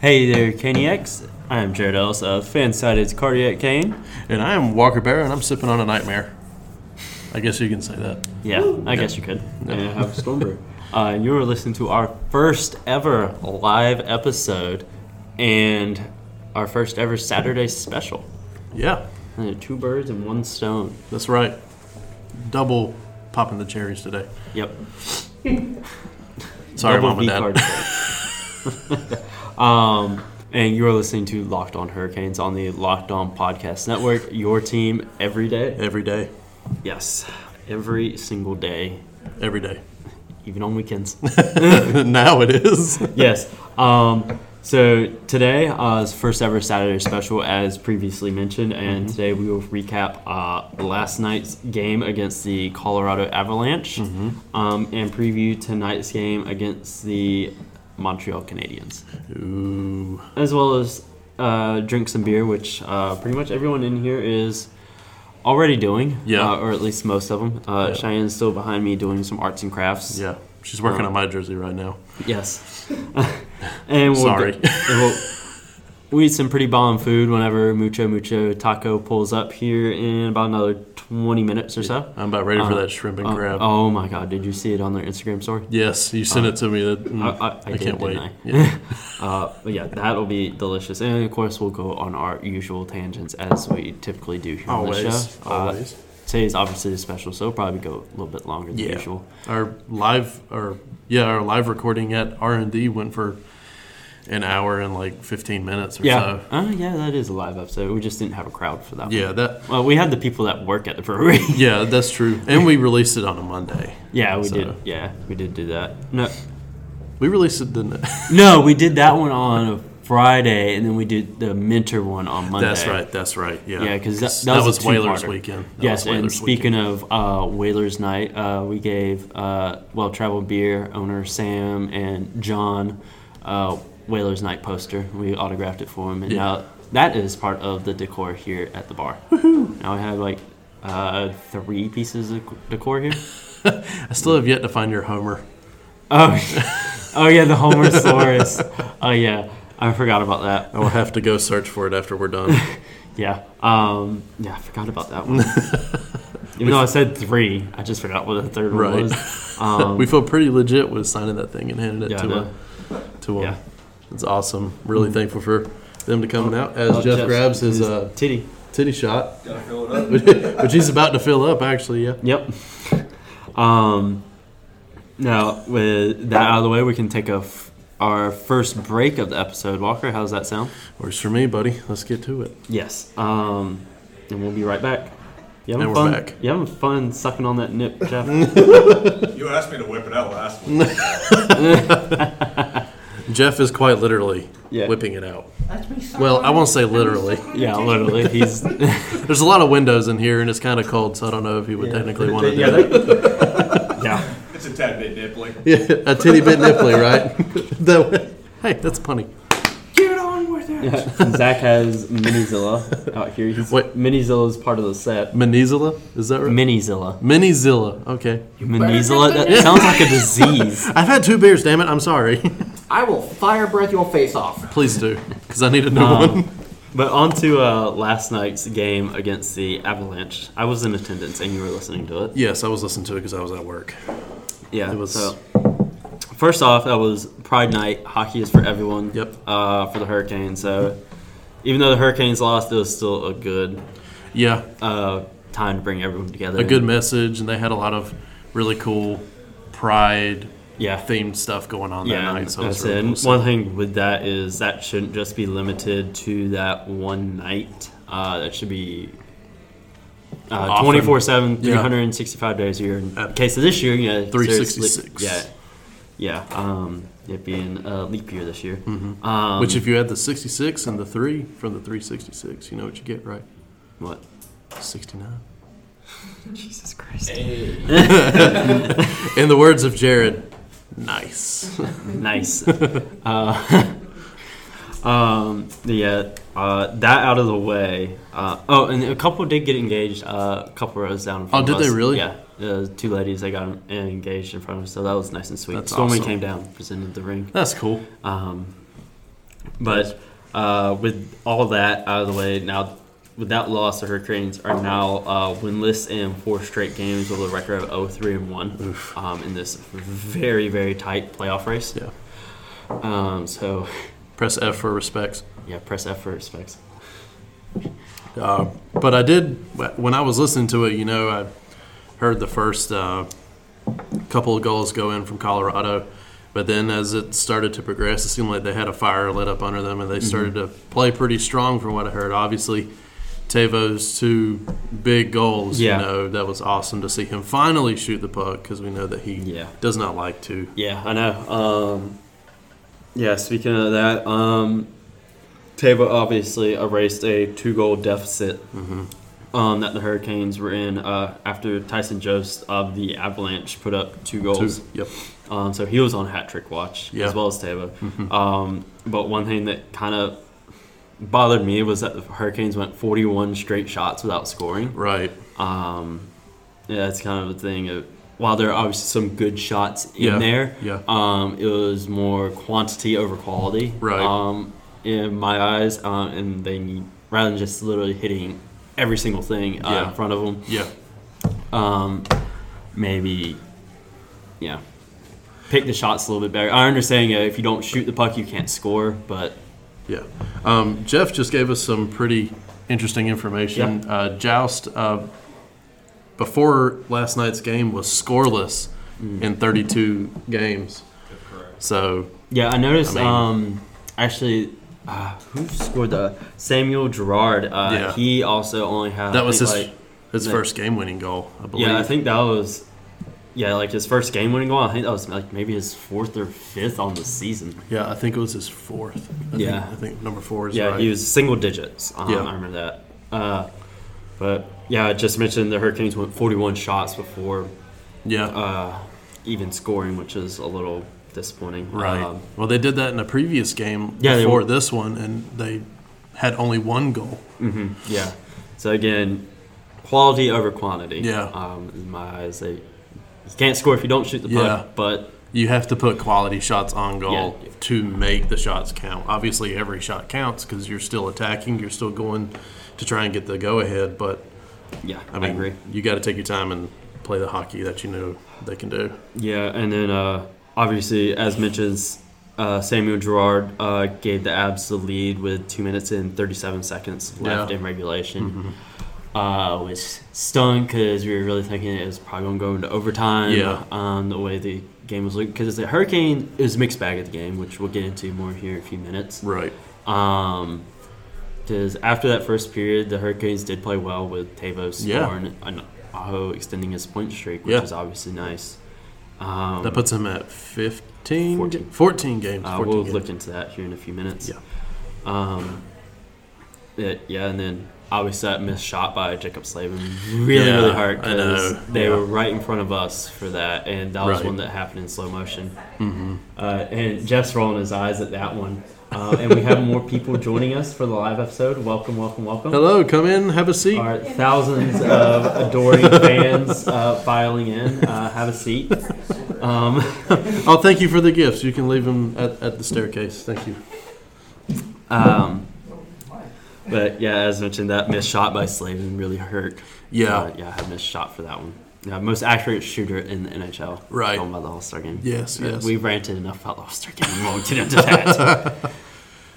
Hey there, KNX. I'm Jared Ellis of Fansided's Cardiac Cane. And I am Walker Bear, and I'm sipping on a nightmare. I guess you can say that. Yeah, I guess you could. And I have Stormbrew. uh, and you were listening to our first ever live episode and our first ever Saturday special. Yeah, Uh, two birds and one stone. that's right. Double popping the cherries today. Yep. Sorry, Double mom V and dad. card. um, and you are listening to Locked On Hurricanes on the Locked On Podcast Network. Your team every day. Every day, Yes, every single day, every day. even on weekends. now it is. yes. Um, so today uh, is first ever Saturday special, as previously mentioned, Mm-hmm. and today we will recap uh, last night's game against the Colorado Avalanche, Mm-hmm. um, and preview tonight's game against the Montreal Canadiens, Ooh, as well as uh, drink some beer, which uh, pretty much everyone in here is. Already doing, Yeah. uh, or at least most of them. Uh, Yeah. Cheyenne's still behind me doing some arts and crafts. yeah. She's working on my jersey right now. Yes. and we'll Sorry. go- and we'll, we eat some pretty bomb food whenever Mucho Mucho Taco pulls up here in about another 20 minutes or so. I'm about ready for Uh, that shrimp and Uh, crab. oh my God! Did you see it on their Instagram story? Yes, you sent it to me. That, mm, I, I, I, did, can't wait. Didn't I? Yeah. Uh, but yeah, that'll be delicious. And of course, we'll go on our usual tangents as we typically do here on the Always, show. Uh, always. today's obviously a special, so it'll probably go a little bit longer than Yeah. usual. our live, our yeah, our live recording at R and D went for an hour and like 15 minutes or Yeah. so. Uh, yeah, that is a live episode. We just didn't have a crowd for that. one. Yeah, that Well, we had the people that work at the brewery. Yeah, that's true. And we released it on a Monday. yeah, we So- did. Yeah, we did do that. No, We released it the. no, we did that one on a Friday, and then we did the mentor one on Monday. That's right. That's right. Yeah. Yeah, because that, that, that was, was, a Whalers two-parter. weekend. That yes, was and Whalers speaking weekend. of uh, Whalers Night, uh, we gave uh, Well Traveled Beer owner Sam and John uh, Whalers Night poster. We autographed it for him, and Yeah. now that is part of the decor here at the bar. Now I have like uh, three pieces of decor here. I still have yet to find your Homer. Oh, oh yeah, the Homer Homersaurus. oh yeah, I forgot about that. Oh, I will have to go search for it after we're done. Yeah, um, yeah, I forgot about that one. Even though I said three, I just forgot what the third one Right. was. Um, we feel pretty legit with signing that thing and handing it yeah, to no. him. To him. Yeah. Mm-hmm. It's awesome. Really thankful for them to coming out as Oh, Jeff Jeff's- grabs his uh, titty. titty shot, which he's about to fill up. Actually, yeah. Yep. Um, now with that out of the way, we can take a f- our first break of the episode. Walker, how's that sound? Works for me, buddy. Let's get to it. Yes. Um, and we'll be right back. You having And we're fun? back. You having fun sucking on that nip, Jeff? You asked me to whip it out last week. Jeff is quite literally Yeah. whipping it out. That's me sucking Well, on I your- won't say that's me literally. sucking on your yeah, dick. literally. He's There's a lot of windows in here, and it's kind of cold, so I don't know if you would technically want to yeah, do that. yeah. It's a tad bit nipply. Yeah, a titty bit nipply, right? That- hey, that's punny. Get on with it. Zach has Minizilla out here. He's, Wait. Minizilla is part of the set. Minizilla, is that right? Minizilla. Minizilla. Okay. Minizilla. That sounds like a disease. I've had two beers, damn it. I'm sorry. I will fire breath your face off. Please do, because I need a new Um. one. But on to uh, last night's game against the Avalanche. I was in attendance and you were listening to it. Yes, I was listening to it because I was at work. Yeah. It was- So, first off, that was Pride Night. Hockey is for everyone. Yep. Uh, for the Hurricanes. So, even though the Hurricanes lost, it was still a good Yeah, uh, time to bring everyone together. a good message, and they had a lot of really cool pride Yeah. themed stuff going on that yeah, night. So that's it's it. really And cool. one thing with that is that shouldn't just be limited to that one night. Uh, that should be uh, Often. 24 7, Yeah. 365 days a year. In Uh, case of this year, yeah. 366. seriously, Yeah. Yeah. Um, it being a leap year this year. Mm-hmm. Which, if you add the 66 and the 3 from the 366, you know what you get, right? What? 69. Jesus Christ. In the words of Jared, nice. nice. uh, um, yeah, uh, that out of the way. Uh, oh, and a couple did get engaged. Uh, a couple rows down. in front Oh, of did they us. really? Yeah, uh, two ladies. They got engaged in front of us, so that was nice and sweet. That's Stormy awesome. came down, presented the ring. That's cool. Um, But uh, with all that out of the way, now with that loss, the Hurricanes are now uh, winless in four straight games with a record of 0-3 and one um, in this very very tight playoff race. Yeah. Um, so Press F for respects. yeah, press F for respects. Uh, but I did when I was listening to it. You know, I heard the first uh, couple of goals go in from Colorado, but then as it started to progress, it seemed like they had a fire lit up under them, and Mm-hmm. they started to play pretty strong. From what I heard, obviously, Tavo's two big goals. Yeah. You know, that was awesome to see him finally shoot the puck because we know that he Yeah. does not like to. Yeah, I know. Um, yeah, speaking of that, um, Tava obviously erased a two goal deficit um, that the Hurricanes were in uh, after Tyson Jost of the Avalanche put up two to goals. yep. Um, so he was on hat trick watch Yeah. as well as Tava. Um, but one thing that kind of bothered me was that the Hurricanes went 41 straight shots without scoring. Right. Um, yeah, it's kind of a thing. Of, while there are obviously some good shots in Yeah, there, yeah. um, it was more quantity over quality, Right. Um, in my eyes, um, and they need rather than just literally hitting every single thing uh, Yeah. in front of them. Yeah. Um, maybe, yeah, pick the shots a little bit better. I understand uh, if you don't shoot the puck, you can't score, but Yeah. Um, Jeff just gave us some pretty interesting information. Uh, Joust, uh, before last night's game, was scoreless Mm. in 32 games. So, Yeah, I noticed. I mean- um, actually, uh, who scored the Samuel Gerard? Uh, Yeah. He also only had That I was think, his- like, his Yeah. first game winning goal, I believe. yeah, I think that was yeah, like his first game winning goal. I think that was like maybe his fourth or fifth on the season. Yeah, I think it was his fourth. I Yeah. Think, I think number four is Yeah, right. he was single digits. Um, Yeah. I remember that. Uh, but yeah, I just mentioned the Hurricanes went 41 shots before yeah. uh, even scoring, which is a little disappointing. right. Um, well, they did that in a previous game Yeah, they before were- this one, and they had only one goal. Yeah. So again, quality over quantity. Yeah. Um, in my eyes, they you can't score if you don't shoot the puck. Yeah. But You have to put quality shots on goal Yeah. to make the shots count. Obviously, every shot counts because you're still attacking, you're still going to try and get the go ahead. But yeah, I, I mean, agree. you got to take your time and play the hockey that you know they can do. Yeah, and then uh, obviously, as mentioned, uh, Samuel Gerard uh, gave the Abs the lead with two minutes and thirty-seven seconds left Yeah. Mm-hmm. in regulation. Uh, which stung because we were really thinking it was probably going to go into overtime. Yeah. Um, the way the game was looking, because the Hurricane is a mixed bag of the game, which we'll get into more here in a few minutes. Right. Um, because after that first period, the Hurricanes did play well with Tavo Yeah. scoring and Aho extending his point streak, which Yeah. is obviously nice. Um, That puts him at 15, 14. 14, games. uh, 14 we'll games. look into that here in a few minutes. Yeah. Um, it- yeah, and then obviously that missed shot by Jacob Slavin really, Yeah, really hard I know. because they Yeah. were right in front of us for that, and that was Right. Mm-hmm. one that happened in slow motion. Uh, and Jeff's rolling his eyes at that one. Uh, and we have more people joining us for the live episode. Welcome, welcome, welcome. Hello, come in, have a seat. Our thousands of adoring fans uh, filing in. Uh, have a seat. Um, Oh, thank you for the gifts. You can leave them at, at the staircase. Thank you. um, but yeah, as mentioned, that missed shot by Slavin really hurt. Yeah. Uh, yeah, I had missed shot for that one. Yeah, most accurate shooter in the NHL. Right. Going by the All Star game. Yes, But yes. We've ranted enough about the All Star game. We won't get into that.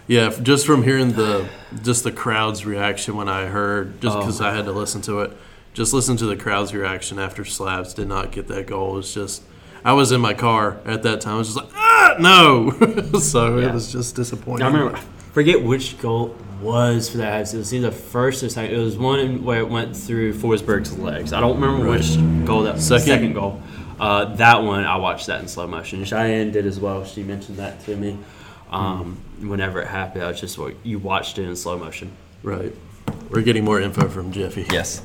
Yeah, f- just from hearing the just the crowd's reaction when I heard, just Oh. because I had to listen to it, just listen to the crowd's reaction after Slabs did not get that goal. It was just, I was in my car at that time. I was just like, ah, no. so Yeah. it was just disappointing. I remember, I forget which goal it was for that. It was either first or second. It was one where it went through Forsberg's legs. I don't remember Right. which goal that Second. second goal. Uh, that one I watched that in slow motion. Cheyenne did as well. She mentioned that to me. Um, Whenever it happened, I was just like, you watched it in slow motion. Right. We're getting more info from Jeffy. Yes.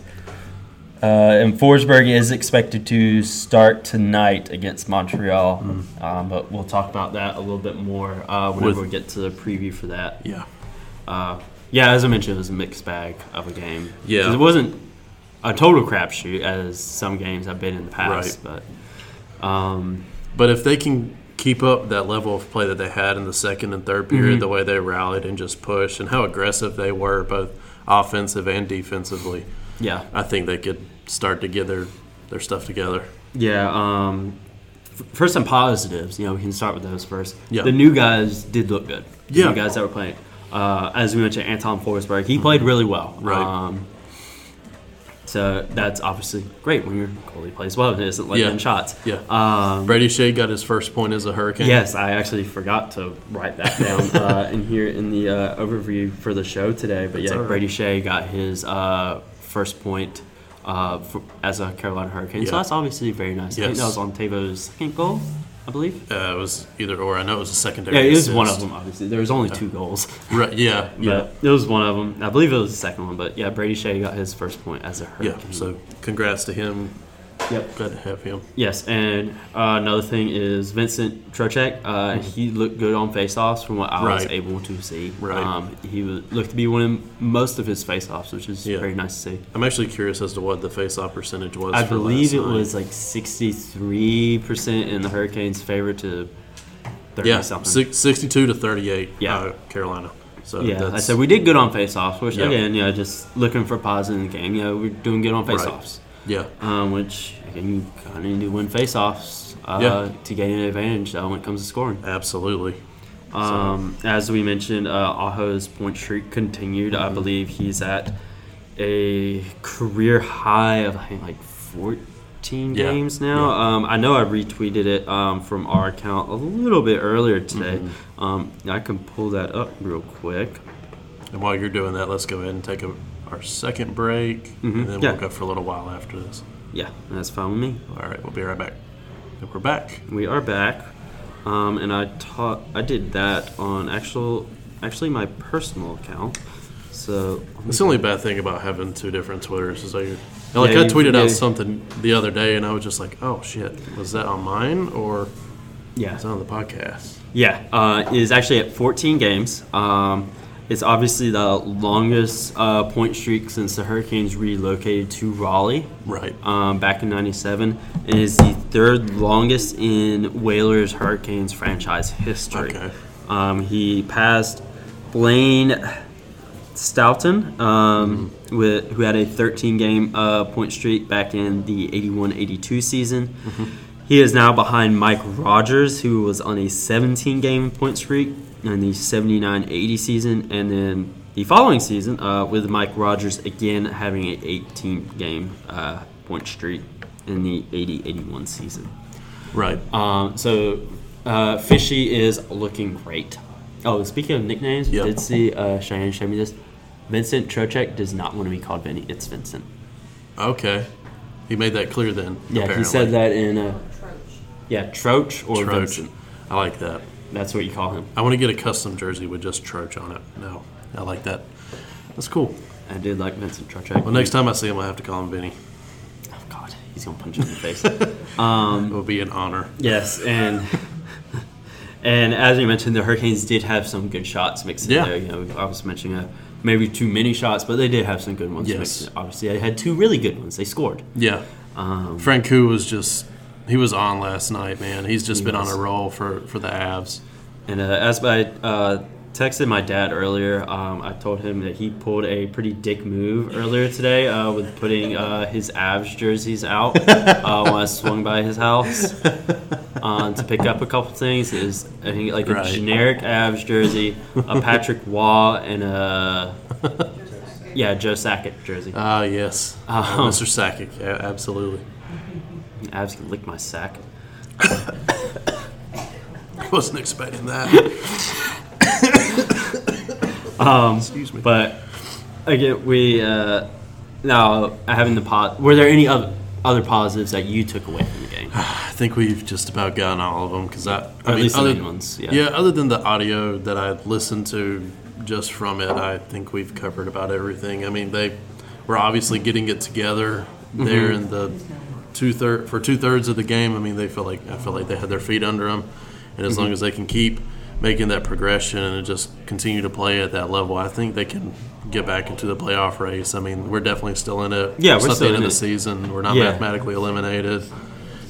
Uh, and Forsberg is expected to start tonight against Montreal, um, but we'll talk about that a little bit more uh, whenever With- we get to the preview for that. Yeah. Uh, yeah, as I mentioned, it was a mixed bag of a game. Yeah. 'Cause it wasn't a total crapshoot as some games I've been in the past, but um, But if they can keep up that level of play that they had in the second and third Mm-hmm. period, the way they rallied and just pushed, and how aggressive they were, both offensive and defensively, Yeah. I think they could start to get their, their stuff together. Yeah. Um, f- first, some positives. You know, we can start with those first. Yeah. The new guys did look good. The Yeah. New guys that were playing. Uh, as we mentioned, Anton Forsberg, he played really well. Right. Um, so that's obviously great when your goalie plays well and isn't letting Yeah. in shots. Yeah. Um, Brady Shea got his first point as a Hurricane. Yes, I actually forgot to write that down uh, in here in the uh, overview for the show today. But That's yeah, all right. Brady Shea got his uh, first point uh, for, as a Carolina Hurricane, so Yeah. that's obviously very nice. I think that Yes. was on Tavo's second goal, I believe. Uh, it was either or. I know it was a secondary. Yeah, it was assist. one of them. Obviously, there was only two goals. Right, yeah, yeah, Yeah, it was one of them. I believe it was the second one, but yeah, Brady Shea got his first point as a yeah. Hurricane. So congrats to him. yep. Glad to have him. Yes, and uh, another thing is Vincent Trocek. Uh, He looked good on faceoffs from what I was Mm-hmm. Right. able to see. Right. Um, he was, looked to be winning most of his faceoffs, which is Yeah. very nice to see. I'm actually curious as to what the face-off percentage was. I for believe last it night. was like 63% in the Hurricanes' favor to 30 yeah, something. six- 62 to 38. Yeah. uh, Carolina. So yeah, that's, so we did good on faceoffs, which Yeah. again, yeah, just looking for positive in the game. Yeah, we're doing good on Right. faceoffs, yeah, um, which again, you kind of need to win faceoffs uh, Yeah. to gain an advantage uh, when it comes to scoring. absolutely. Um, as we mentioned, uh, Aho's point streak continued. Mhm. I believe he's at a career high of I think like 14 Yeah, games now. Um, I know I retweeted it um, from our account a little bit earlier today. Mm-hmm. Um, I can pull that up real quick. And while you're doing that, let's go ahead and take a, our second break, and then Mm-hmm. yeah. we'll go for a little while after this. Yeah, that's fine with me. All right, we'll be right back. And we're back. We are back, um, and I taught. I did that on actual, actually my personal account. So It's the only bad thing about having two different Twitters is that you're and, like Yeah, I you- tweeted yeah. out something the other day and I was just like, oh shit, was that on mine or yeah, is that on the podcast? Yeah, uh, is actually at 14 games. Um, it's obviously the longest uh, point streak since the Hurricanes relocated to Raleigh Right. um, back in '97, and is the third longest in Whalers Hurricanes franchise history. Okay. Um, he passed Blaine Stoughton, um, with, who had a 13 game uh, point streak back in the 81 82 season. He is now behind Mike Rogers, who was on a 17 game point streak in the 79 80 season, and then the following season uh, with Mike Rogers again having an 18 game uh, point streak in the 80 81 season. Right. Um, so uh, Fishy is looking great. Oh, speaking of nicknames, Yeah. I did see uh, Cheyenne show me this. Vincent Trocek does not want to be called Vinny. It's Vincent. Okay. He made that clear then. Yeah, apparently. he said that in a yeah Troch or Troach. Vincent. I like that. That's what you call him. I want to get a custom jersey with just Troach on it. No, I like that. That's cool. I did like Vincent Trocek. Well, next time I see him, I have to call him Vinny. oh God, he's gonna punch him in the face. It will be an honor. yes, and and as you mentioned, the Hurricanes did have some good shots mixed in Yeah. there. You know, I was mentioning uh, maybe too many shots, but they did have some good ones. Yes. mixed in. obviously they had two really good ones. They scored. Yeah. Um, Franku was just, he was on last night, man. He's just He been was. on a roll for, for the Avs. And uh, as I uh, texted my dad earlier, um, I told him that he pulled a pretty dick move earlier today uh, with putting uh, his Avs jerseys out uh, when I swung by his house uh, to pick up a couple things. It was I think like Right. a generic Avs jersey, a Patrick Waugh, and a yeah Joe Sackett jersey. Ah, yes. Um, Mr. Sakic, yeah, absolutely. Avs can lick my sack. I wasn't expecting that. Um, Excuse me. But again, we uh, now having the pos. Were there any other other positives that you took away from the game? I think we've just about gotten all of them because I, I At least the other, main ones, yeah. other than the audio that I listened to just from it, I think we've covered about everything. I mean, they were obviously getting it together Mm-hmm. there in the two third for two thirds of the game. I mean, they felt like I felt like they had their feet under them, and Mm-hmm. as long as they can keep making that progression and just continue to play at that level, I think they can get back into the playoff race. I mean, we're definitely still in it. Yeah, It's we're not still the in end of it. the season. We're not Yeah. mathematically eliminated.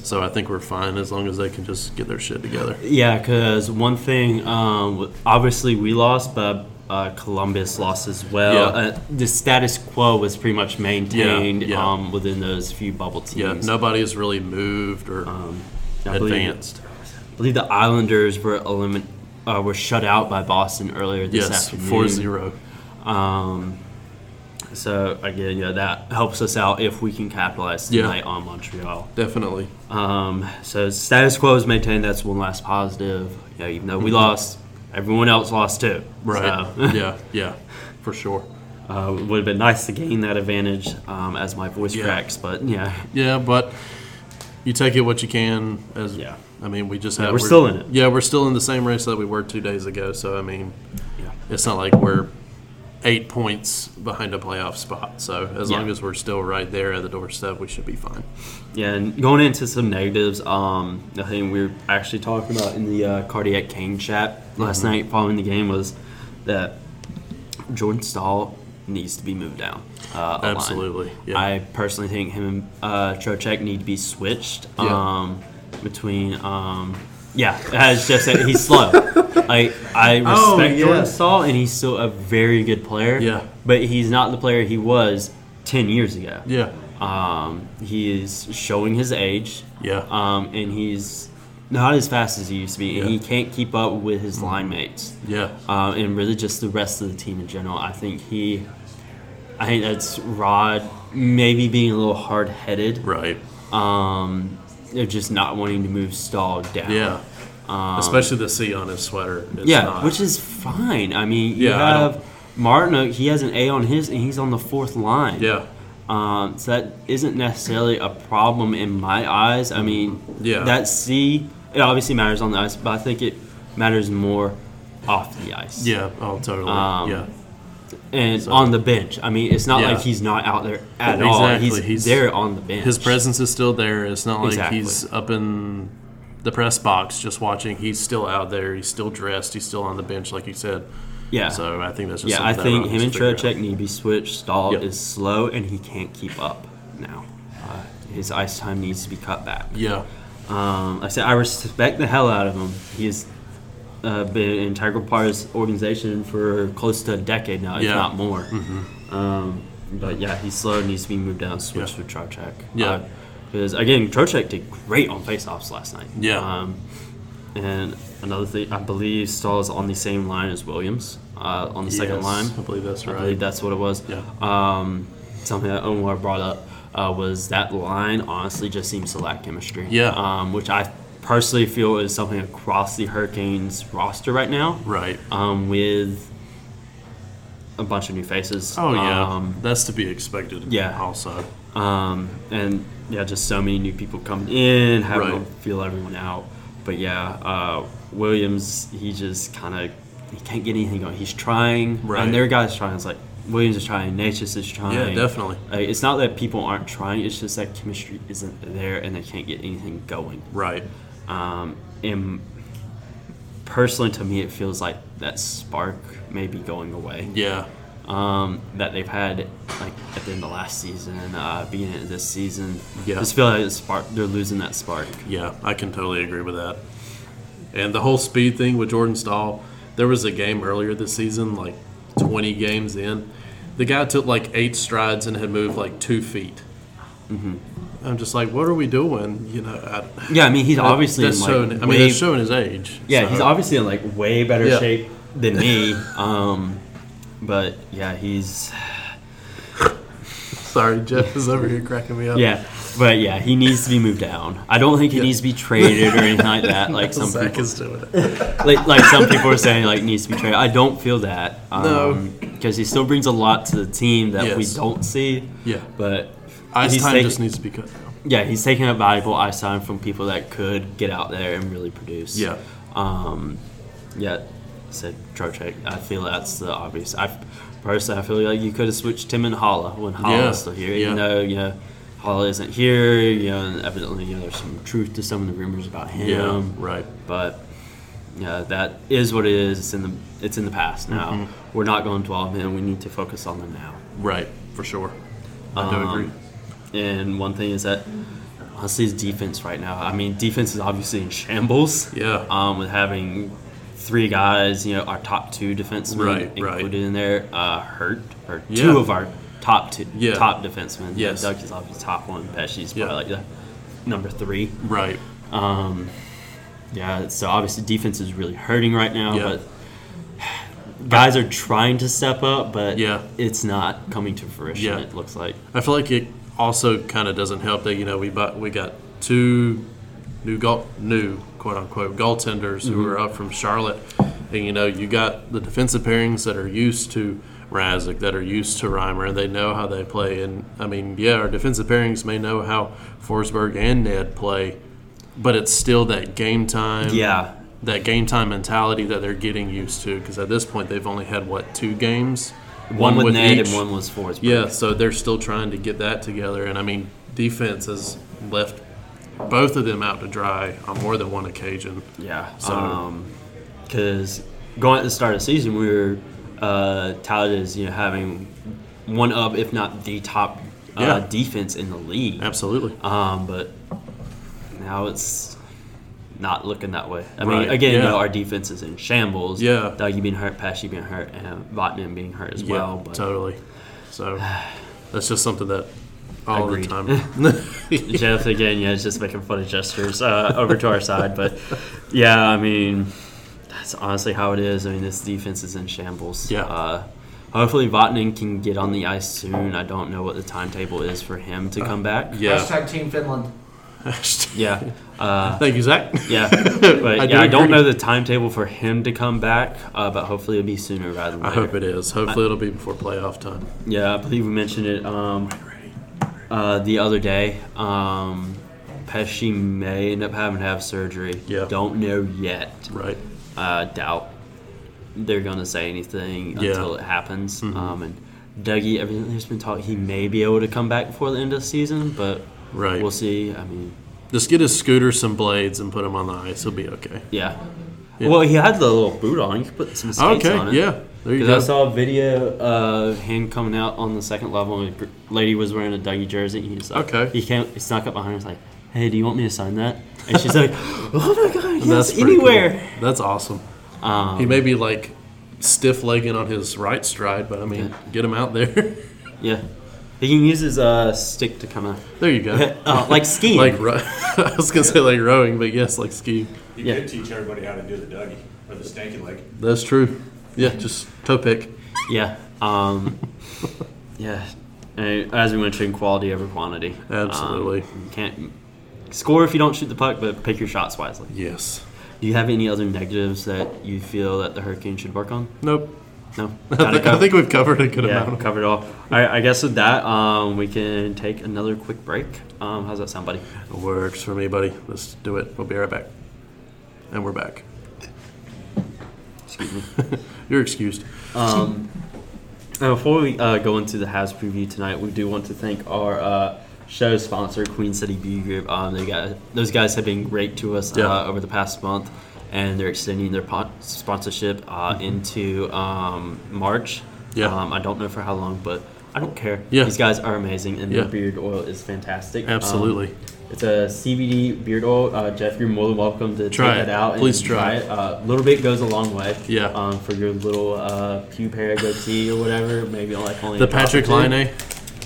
So I think we're fine as long as they can just get their shit together. Yeah, because one thing, um, obviously we lost, but uh, Columbus lost as well. Yeah. Uh, the status quo was pretty much maintained yeah. Um, within those few bubble Yeah, teams. nobody has really moved or Um, I believe- advanced. I believe the Islanders were elimin- uh, were shut out by Boston earlier this Yes, afternoon. 4 0. Um, so again, yeah, that helps us out if we can capitalize Yeah. tonight on Montreal. Definitely. Um, so status quo is maintained. That's one last positive. You know, even though we lost, everyone else lost too. Mm-hmm. Right. So, yeah, yeah, for sure. uh, would have been nice to gain that advantage um, as my voice Yeah. cracks, but yeah, Yeah, but you take it what you can. As Yeah. I mean, we just have. we're still in it. Yeah, we're still in the same race that we were two days ago. So I mean, yeah, it's not like we're eight points behind a playoff spot. So as Yeah. long as we're still right there at the doorstep, we should be fine. yeah. And going into some negatives, um, I think we were actually talking about in the uh, cardiac cane chat last Mm-hmm. night following the game was that Jordan Stahl needs to be moved down. Uh, a line. Absolutely, yeah. I personally think him and uh, Trocheck need to be switched Yeah. um, between. Um, yeah, as Jeff said, he's slow. I I respect Oh, yeah. Jordan Stahl, and he's still a very good player. Yeah. but he's not the player he was ten years ago. Yeah. Um, he is showing his age. Yeah. Um, and he's not as fast as he used to be, and Yeah. Mm-hmm. he can't keep up with his line mates Yeah. um, and really just the rest of the team in general. I think he, I think that's Rod maybe being a little hard headed, Right. um, or just not wanting to move Stahl down. Yeah. Especially the C on his sweater. It's Um, yeah, not- which is fine. I mean, you Yeah, I don't- have Martin. uh, He has an A on his, and he's on the fourth line. yeah. Um, so that isn't necessarily a problem in my eyes. I mean, Yeah. that C, it obviously matters on the ice, but I think it matters more off the ice. Yeah. Oh, totally. Um, yeah. and So- on the bench. I mean, it's not Yeah. like he's not out there at all. Exactly, He's, he's- there on the bench. His presence is still there. It's not like Exactly. he's up in the press box just watching. He's still out there. He's still dressed. He's still on the bench, like you said. yeah, So I think that's just yeah. I something think that him and Ron needs to figure Trocheck need to be switched. Stahl Yep. is slow and he can't keep up now. Uh, his ice time needs to be cut back. out. Yeah, Um, like I said I respect the hell out of him. He's uh, been an integral part of his organization for close to a decade now, if Yeah. Mm-hmm. not more. Um, but yeah, he's slow. Needs to be moved down. Switched Yeah. to Trocheck. Yeah. Because again, Trocheck did great on faceoffs last night. Yeah. Um, and another thing, I believe Stahl is on the same line as Williams uh, on the second Yes, line. I believe that's I right. believe that's what it was. Yeah. Um, something that Omar brought up uh, was that line honestly just seems to lack chemistry. Yeah. Um, which I personally feel is something across the Hurricanes roster right now. right. Um, with a bunch of new faces. Oh yeah, Um, that's to be expected. yeah. Also, um, and yeah, just so many new people coming in, having Right. to feel everyone out. But yeah, uh, Williams, he just kind of he can't get anything going. He's trying, Right. and their guys trying. It's like Williams is trying, Natchez is trying. Yeah, definitely. Like, it's not that people aren't trying; it's just that chemistry isn't there, and they can't get anything going. right. Um, and personally, to me, it feels like that spark may be going away Yeah, um, that they've had like at the end of last season, uh, beginning of this season. Yeah. Just feel like it's spark, they're losing that spark. yeah. I can totally agree with that. And the whole speed thing with Jordan Stahl. There was a game earlier this season, like 20 games in. The guy took like eight strides and had moved like two feet. Mm-hmm. I'm just like, what are we doing? You know, I, Yeah, I mean he's obviously that's in like showing, I mean, way, that's showing his age. yeah, so- he's obviously in like way better Yeah. shape than me. Um, but yeah, he's Sorry, Jeff is over here cracking me up. yeah, but yeah, he needs to be moved down. I don't think he Yeah. needs to be traded or anything like that. Like some Zach people, is doing it. like, like some people are saying, like needs to be traded. I don't feel that. Um, because he still brings a lot to the team that we Yes. don't see. Yeah. but Ice he's time taking- just needs to be cut down. yeah, he's taking up valuable ice time from people that could get out there and really produce. Yeah. Um, yeah, said Trocheck. I feel that's the obvious. I personally, I feel like you could have switched Tim and Holla when Holla's Yeah, still here, even yeah. though you know Holla isn't here. You know, and evidently, you know, there's some truth to some of the rumors about him. Yeah, right. But yeah, that is what it is. It's in the it's in the past now. Mm-hmm. We're not going to dwell on him. We need to focus on the now. Um, Right, for sure. I do agree. And one thing is that honestly is defense right now. I mean, defense is obviously in shambles. Yeah. Um, with having three guys, you know, our top two defensemen Right, included right. in there, uh, hurt or Yeah. two of our top two Yeah. top defensemen. Yes. Doug is obviously top one. Pesci's Yeah. probably like the number three. Right. Um, yeah, so obviously defense is really hurting right now, Yeah. but guys are trying to step up, but Yeah. it's not coming to fruition. Yeah. It looks like I feel like it also kind of doesn't help that you know we bought, we got two new goal, new quote unquote goaltenders Mm-hmm. who are up from Charlotte, and you know you got the defensive pairings that are used to Razik, that are used to Reimer, and they know how they play. And I mean, yeah, our defensive pairings may know how Forsberg and Ned play, but it's still that game time. Yeah. That game time mentality that they're getting used to, because at this point they've only had what two games, one, with Ned each? and one was Forsberg. Yeah, so they're still trying to get that together, and I mean, defense has left both of them out to dry on more than one occasion. Yeah. So- because going at the start of the season, we were uh, touted as you know having one of, if not the top uh, Yeah. defense in the league. Absolutely. Um, but now it's not looking that way. I Right, mean, again, yeah. no, our defense is in shambles. Yeah. Dougie being hurt, Pesci being hurt, and Votnin being hurt as Yeah, well. But totally. So that's just something that all Agreed. the time. Jeff again, yeah, is just making funny gestures uh, over to our side. But yeah, I mean, that's honestly how it is. I mean, this defense is in shambles. Yeah. Uh, hopefully, Votnin can get on the ice soon. I don't know what the timetable is for him to come back. Uh, yeah. Hashtag Team Finland. Yeah. Uh, Thank you, Zach. yeah, but I I, do yeah, I don't agree. know the timetable for him to come back, uh, but hopefully it'll be sooner rather than I later. hope it is. Hopefully, it'll be before playoff time. Yeah, I believe we mentioned it um, uh, the other day. Um, Pesci may end up having to have surgery. Yeah. Don't know yet. Right. I doubt they're going to say anything Yeah. Mm-hmm. until it happens. Um, and Dougie, everything there's been talk, he may be able to come back before the end of the season, but Right. we'll see. I mean, Just get his scooter, some blades, and put him on the ice. He'll be okay. yeah. Yeah. Well, he had the little boot on. You could put some skates on Okay. it. Yeah. There you Because I go. saw a video of him coming out on the second level, and a gr- lady was wearing a Dougie jersey. And he's like, Okay. He came, he snuck up behind her, and was like, "Hey, do you want me to sign that?" And she's like, "Oh my god, yes, pretty cool. anywhere." That's awesome. Um, He may be like stiff legging on his right stride, but I mean, get him out there. yeah, he can use his uh, stick to come out, there you go. uh, like skiing. like ro- I was gonna say like rowing, but yes, like skiing. You Yeah. could teach everybody how to do the Dougie or the stanky leg. That's true. Yeah, just toe pick. yeah, um, yeah. And as we mentioned, quality over quantity. Absolutely. Um, you can't score if you don't shoot the puck, but pick your shots wisely. Yes. Do you have any other negatives that you feel that the Hurricane should work on? Nope. No, I think, I think we've covered a good yeah, amount. covered it all. I, I guess with that, um, we can take another quick break. Um, how's that sound, buddy? Works for me, buddy. Let's do it. We'll be right back. And we're back. Excuse me. You're excused. Um, and before we uh, go into the Habs preview tonight, we do want to thank our uh, show sponsor, Queen City Beauty Group. Um, they got, those guys have been great to us Yeah. uh, over the past month, and they're extending their po- sponsorship uh, into um, March. Mm-hmm. Yeah. Um, I don't know for how long, but I don't care. Yeah. These guys are amazing, and Yeah. their beard oil is fantastic. Um, Absolutely. It's a CBD beard oil. Uh, Jeff, you're more than welcome to Try take it. that out. Please and try it. A Uh, little bit goes a long way. Yeah. Um, for your little uh, pew pair goatee or whatever, maybe like only the a drop or Patrick two. Line.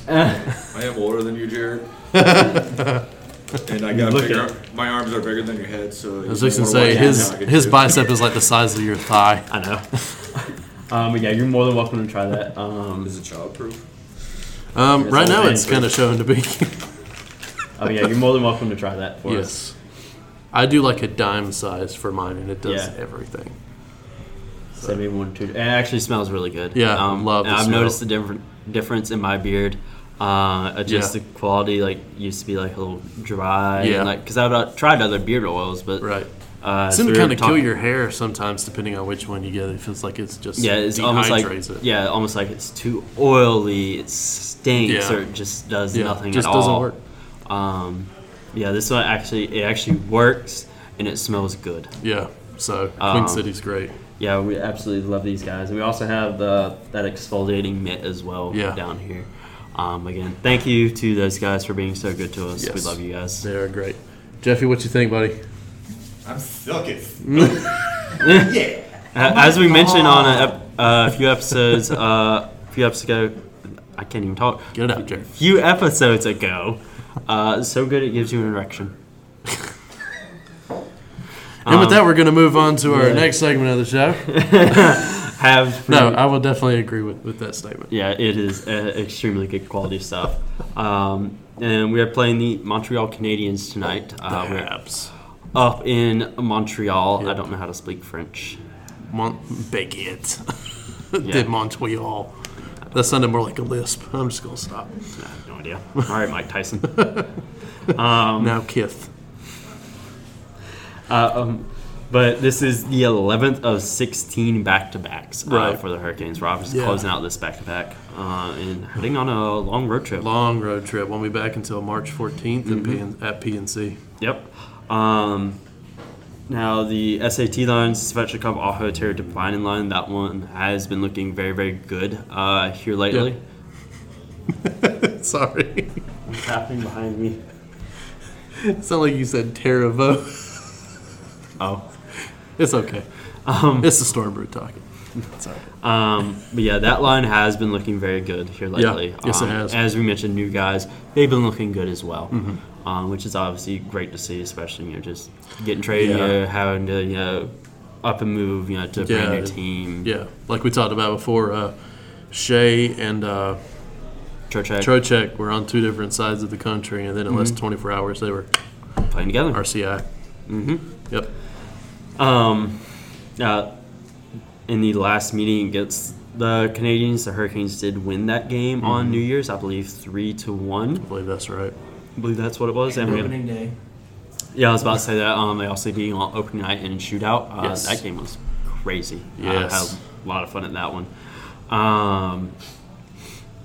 I am older than you, Jared. and I got Look bigger. at My arms are bigger than your head, so. I was just gonna say his his bicep is like the size of your thigh. I know. um, but yeah, you're more than welcome to try that. Um, Is it childproof? Um, Yes, right I'm now, it's saying. kind of showing to be. oh yeah, you're more than welcome to try that for us. yes. I do like a dime size for mine, and it does Yeah. everything. So maybe one, two. It actually smells really good. Um, Yeah, love and the I've smell. noticed the different difference in my beard. Uh, uh, just Yeah. the quality, like used to be like a little dry. Yeah. Yeah. Like because I've uh, tried other beard oils, but Right. Uh, It seems to through kind of kill talking- your hair sometimes, depending on which one you get. It feels like it's just Yeah, it's almost like dehydrates it. yeah, almost like it's too oily. It stinks, Yeah. or it just does Yeah, nothing just at doesn't all. work. Um, yeah, this one actually it actually works and it smells good. Yeah. So Queen Um, City's great. Yeah, we absolutely love these guys. We also have the that exfoliating mitt as well Yeah. down here. Um, again, thank you to those guys for being so good to us. We Yes. love you guys. They are great. Jeffy, what you think, buddy? I'm silking. Yeah. A- As we mentioned on a, ep- uh, a few episodes, uh, a few episodes ago, I can't even talk. Get it out, Jeff. A few episodes ago, uh, so good it gives you an erection. And with that, we're going to move on to our Um, yeah. next segment of the show. Have No, I will definitely agree with, with that statement. yeah, it is uh, extremely good quality stuff. Um, and we are playing the Montreal Canadiens tonight. Uh, we're Perhaps. up in Montreal. I Yep. don't know how to speak French. Mont Baguette. Yeah. Did Montreal. That sounded more like a lisp. I'm just going to stop. I have no idea. All right, Mike Tyson. Um, now, Kith. Uh, um, but this is the 11th of 16 back to backs uh, Right. for the Hurricanes. We're obviously Yeah. closing out this back to back and heading on a long road trip. Long road trip. Won't be back until March 14th in Mm-hmm. PN- at PNC. Yep. Um, now the SAT line, Svechnikov, Cup, Aho, Terry Depline line, that one has been looking very, very good uh, here lately. Yeah. Sorry. What's happening behind me? It sounded like you said Teravo. Oh. It's okay. Um, It's the Stormbird talking. Sorry. Um, but yeah, that line has been looking very good here Yeah. lately. Yes, it Um, has. Mm-hmm. As we mentioned, new guys, they've been looking good as well, um, which is obviously great to see, especially you know just getting traded, Yeah. you know, having to you know up and move, you know, to a Yeah. brand new team. Yeah, like we talked about before, uh, Shea and uh, Trocheck Trocek were on two different sides of the country, and then in Mm-hmm. less than 24 hours, they were playing together. RCI. Mm-hmm. Yep. Um, uh, in the last meeting against the Canadians, the Hurricanes did win that game Mm-hmm. on New Year's, I believe three to one. I believe that's right. I believe that's what it was. And we- Opening day. Yeah, I was about to say that. Um, they also being on opening night and shootout. Uh, Yes. That game was crazy. I Yes. had a lot of fun at that one. Um,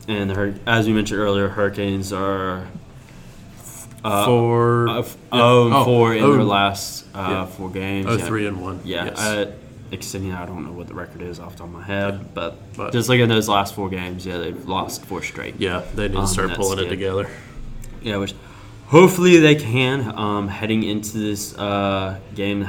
and the, Hur- as we mentioned earlier, Hurricanes are uh, Four, uh, f- yeah. oh and Oh, four in oh, their last uh, Yeah. four games. oh, Yeah. three and one. Yeah, Yes. uh, extending. I don't know what the record is off the top of my head, but, But- just looking at those last four games, yeah, they've lost four straight. yeah, they need um, to start that's pulling it good. together. Yeah, which hopefully they can. Um, heading into this uh, game,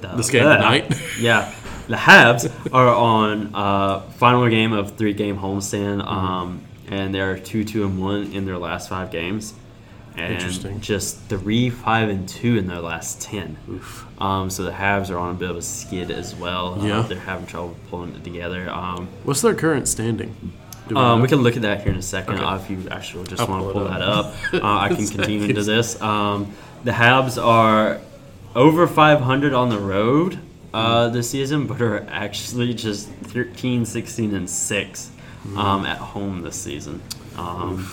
the- This game uh, tonight? Yeah, the Habs are on uh, final game of three game homestand, um, Mm-hmm. and they're two two and one in their last five games, and Interesting. just three five and two in their last ten. Um, so the Habs are on a bit of a skid as well. Uh, Yeah. they're having trouble pulling it together. Um, What's their current standing? Do um, know? we can look at that here in a second Okay. uh, if you actually just I'll want to pull pull it that up. up. Uh, I can Sorry. continue into this. Um, the Habs are over 500 on the road uh, Mm-hmm. this season, but are actually just 13, 16, and 6 Mm-hmm. um, at home this season. Um,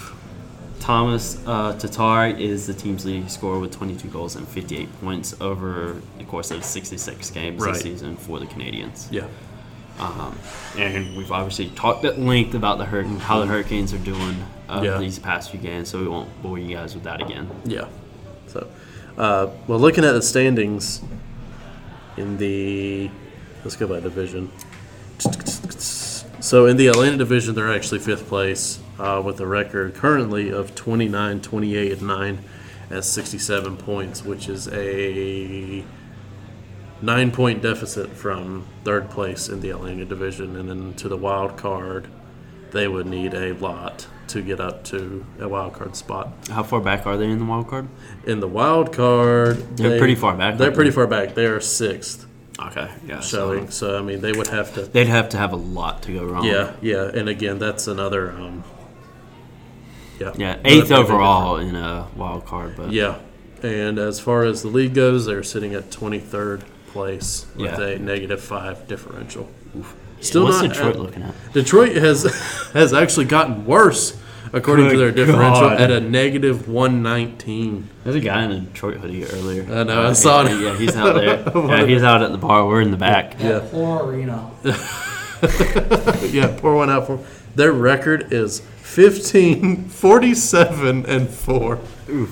Thomas uh, Tatar is the team's leading scorer with 22 goals and 58 points over the course of 66 games Right. this season for the Canadians. Yeah. And we've obviously talked at length about the hurricane, how the Hurricanes are doing uh, Yeah. these past few games, so we won't bore you guys with that again. Yeah. So, uh, well, looking at the standings in the let's go by division. So in the Atlanta division, they're actually fifth place uh, with a record currently of 29, 28, and 9 at 67 points, which is a nine point deficit from third place in the Atlanta division. And then to the wild card, they would need a lot to get up to a wild card spot How far back are they in the wild card? in the wild card. They're pretty far back, They're aren't pretty they? far back. They are sixth Okay, yeah. So, showing. So I mean, they would have to. they'd have to have a lot to go wrong. Yeah, yeah. And again, that's another. Um, yeah. yeah. another Eighth big overall in a wild card, but difference. Yeah, and as far as the league goes, they're sitting at twenty third place Yeah. with a negative five differential. Still what's not Detroit at- looking at? Detroit has has actually gotten worse according to their Good differential God. at a negative one nineteen. There's a guy in a Detroit hoodie earlier. Uh, I know, I saw it. Yeah, he's out there. yeah, he's out at the bar. We're in the back. Yeah. Poor arena. Yeah, pour one out for 'em. Their record is 15, 47, and 4.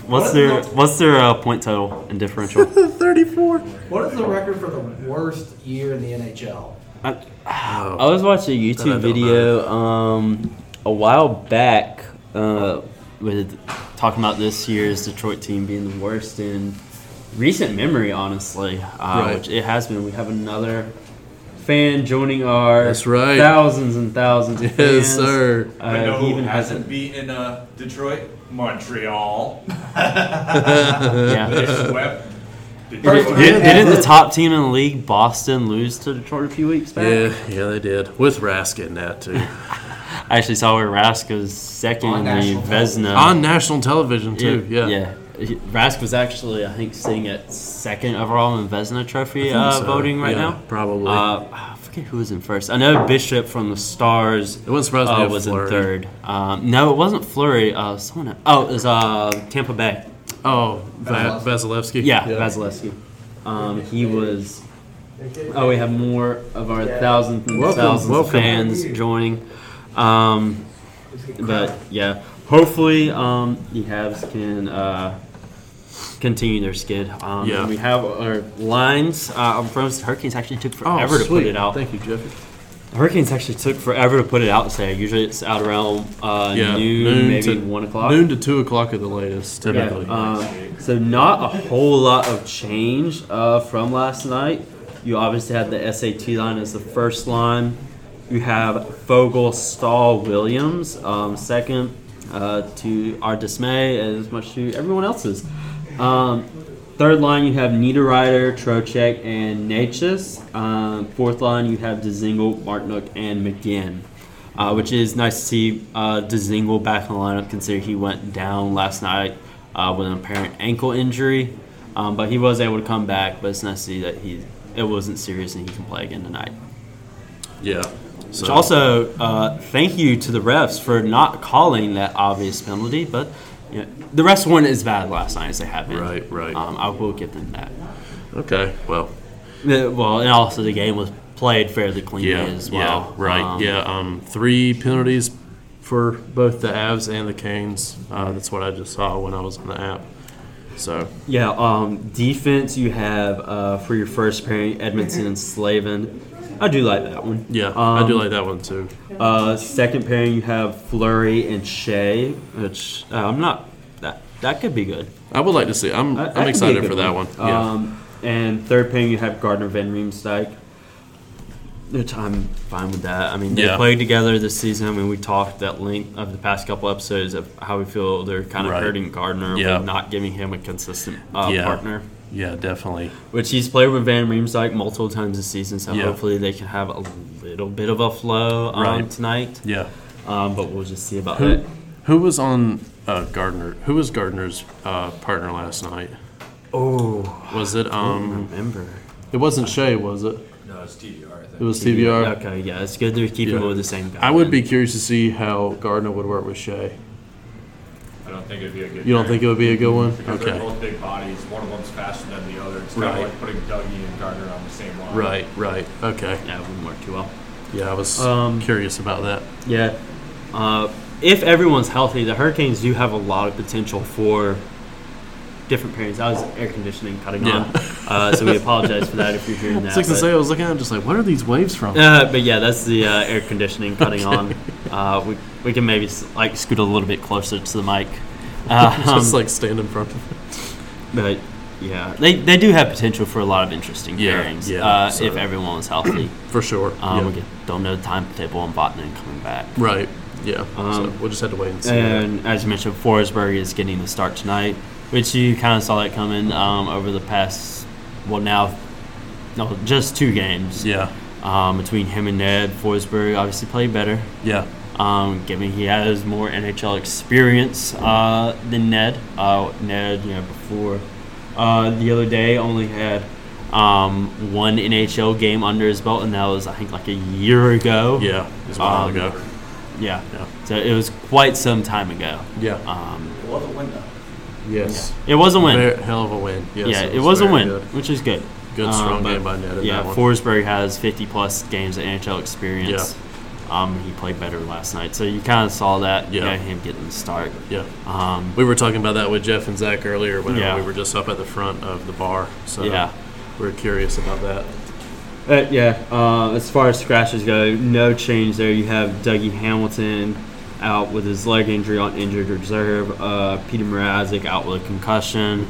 What's their What's their uh, point total and differential? 34. What is the record for the worst year in the NHL? I was watching a That YouTube Oh, I don't know. video um, a while back uh, with talking about this year's Detroit team being the worst in recent memory, honestly, uh, Right. which it has been. We have another fan joining our That's right. thousands and thousands of fans. Yes, sir. Uh, I know he who even has hasn't beaten uh, Detroit, Montreal. yeah. They swept Did- Detroit. Didn't the top team in the league, Boston, lose to Detroit a few weeks back? Yeah, yeah, they did with Rask in that too Uh-huh. I actually saw where Rask was second On in the national television. Vesna. on national television too. Yeah, yeah. He- Rask was actually, I think, sitting at second overall in Vesna Trophy think uh, so. voting right Yeah, now. probably. Uh, I forget who was in first. I know Bishop from the Stars It wouldn't surprise me uh, if was Fleury- in third. Um, no, it wasn't Flurry. Uh, someone. Oh, it was uh, Tampa Bay. Oh, Va- Vasilevsky. Uh-huh. Yeah, Vasilevsky. Um, he was. Oh, we have more of our Yeah. thousands and Welcome, thousands of welcome. fans joining. Um, but yeah, hopefully um, the Habs can uh, continue their skid. Um, Yeah. and We have our lines. Uh, our Frozen Hurricanes actually took Oh, forever to put sweet. it out. Thank you, Jeffy. Hurricanes actually took forever to put it out today. Usually it's out around uh, Yeah, noon, noon maybe to- one o'clock. Noon to two o'clock at the latest, Yeah, typically. um, so not a whole lot of change uh, from last night. You obviously had the SAT line as the first line. You have Fogel, Stahl, Williams um, second. Uh, to our dismay, as much to everyone else's. Um, third line, you have Niederreiter, Trocek, and Natchez. Um, fourth line, you have Dezingle, Martinook, and McGinn uh, which is nice to see uh, Dezingle back in the lineup. Considering he went down last night uh, with an apparent ankle injury, um, but he was able to come back. But it's nice to see that he it wasn't serious and he can play again tonight. yeah. Which also, uh, thank you to the refs for not calling that obvious penalty, but. You know, the refs weren't as bad last night as they have been. Right, right. Um, I will give them that. okay. Well, Uh, Well, and also the game was played fairly cleanly yeah, as well. yeah, right, Um, yeah. E Um, three penalties for both the Avs and the Canes. Uh, that's what I just saw when I was on the app. So Yeah, um, defense you have uh, for your first pairing Edmondson and Slavin. I do like that one. yeah, I do like that one too. that. Uh, second pairing you have Flurry and Shea, which uh, I'm not. That that could be good. I would like to see. I'm That- that could I'm be a excited good for that one. Yeah. Um, and third pairing you have Gardner Van Riemsdyk. Which I'm fine with that. I mean, they Yeah. played together this season. I mean, we talked at length of the past couple episodes of how we feel they're kind of Right. hurting Gardner Yeah. with not giving him a consistent uh, Yeah. partner. yeah, definitely. Which he's played with Van Riemsdyk multiple times this season, so Yeah. hopefully they can have a little bit of a flow um, Right. tonight. Yeah. Um, but we'll just see about Who that. who was on uh, Gardner? Who was Gardner's uh, partner last night? Oh, Was it um? remember. It wasn't Shea, was it? No, it's TDR, I think. It was TBR. Okay, yeah, it's good they're keeping Yeah. it with the same guy. I would be curious to see how Gardner would work with Shea. I don't think it'd be a good. You don't think it would be a good one? Because they're Okay. both big bodies. One of them's faster than the other. It's kind Right. of like putting Dougie and Gardner on the same line. Right, right. Okay. Yeah, it wouldn't work too well. Yeah, I was Um, curious about that. Yeah. Uh, if everyone's healthy, the Hurricanes do have a lot of potential for different pairings. I was air conditioning cutting Yeah. on, uh, so we apologize for that if you're hearing that. Six and but- seven, I was looking at it, just like, what are these waves from? Uh, but yeah, that's the uh, air conditioning cutting on. Uh, we, we can maybe s- like scoot a little bit closer to the mic. Uh, just um, like stand in front of it. but yeah, they, they do have potential for a lot of interesting Yeah, pairings yeah, uh, so- if everyone was healthy. For sure. Um, yeah. We don't know the timetable on Botnan coming back. Right. Yeah. so Um, we'll just have to wait and see. And as you mentioned, Forsberg is getting the start tonight, which you kind of saw that coming um, over the past, well, now, no, just two games. yeah. Um, between him and Ned, Forsberg obviously played better. Yeah. um, given he has more NHL experience uh, than Ned. Uh, Ned, you know, before uh, the other day, only had um, one NHL game under his belt, and that was I think like a year ago. Yeah. It's a while Um, ago. yeah. Yeah. So it was quite some time ago. Yeah. Um, Love the window. yes. it was a win. Very- hell of a win. Yes, yeah, it was a very win, Good, which is good. Good, Um, strong but game by Ned in Yeah, that one. Forsberg has 50 plus games of NHL experience. Um, he played better last night, so you kind of saw that. you Yeah. know, him getting the start. yeah. Um, We were talking about that with Jeff and Zach earlier whenever Yeah. we were just up at the front of the bar. So Yeah. Mm-hmm. we are curious about that. Uh, yeah, uh, as far as scratches go, no change there. You have Dougie Hamilton, out with his leg injury on injured reserve. Uh, Peter Mrazek out with a concussion.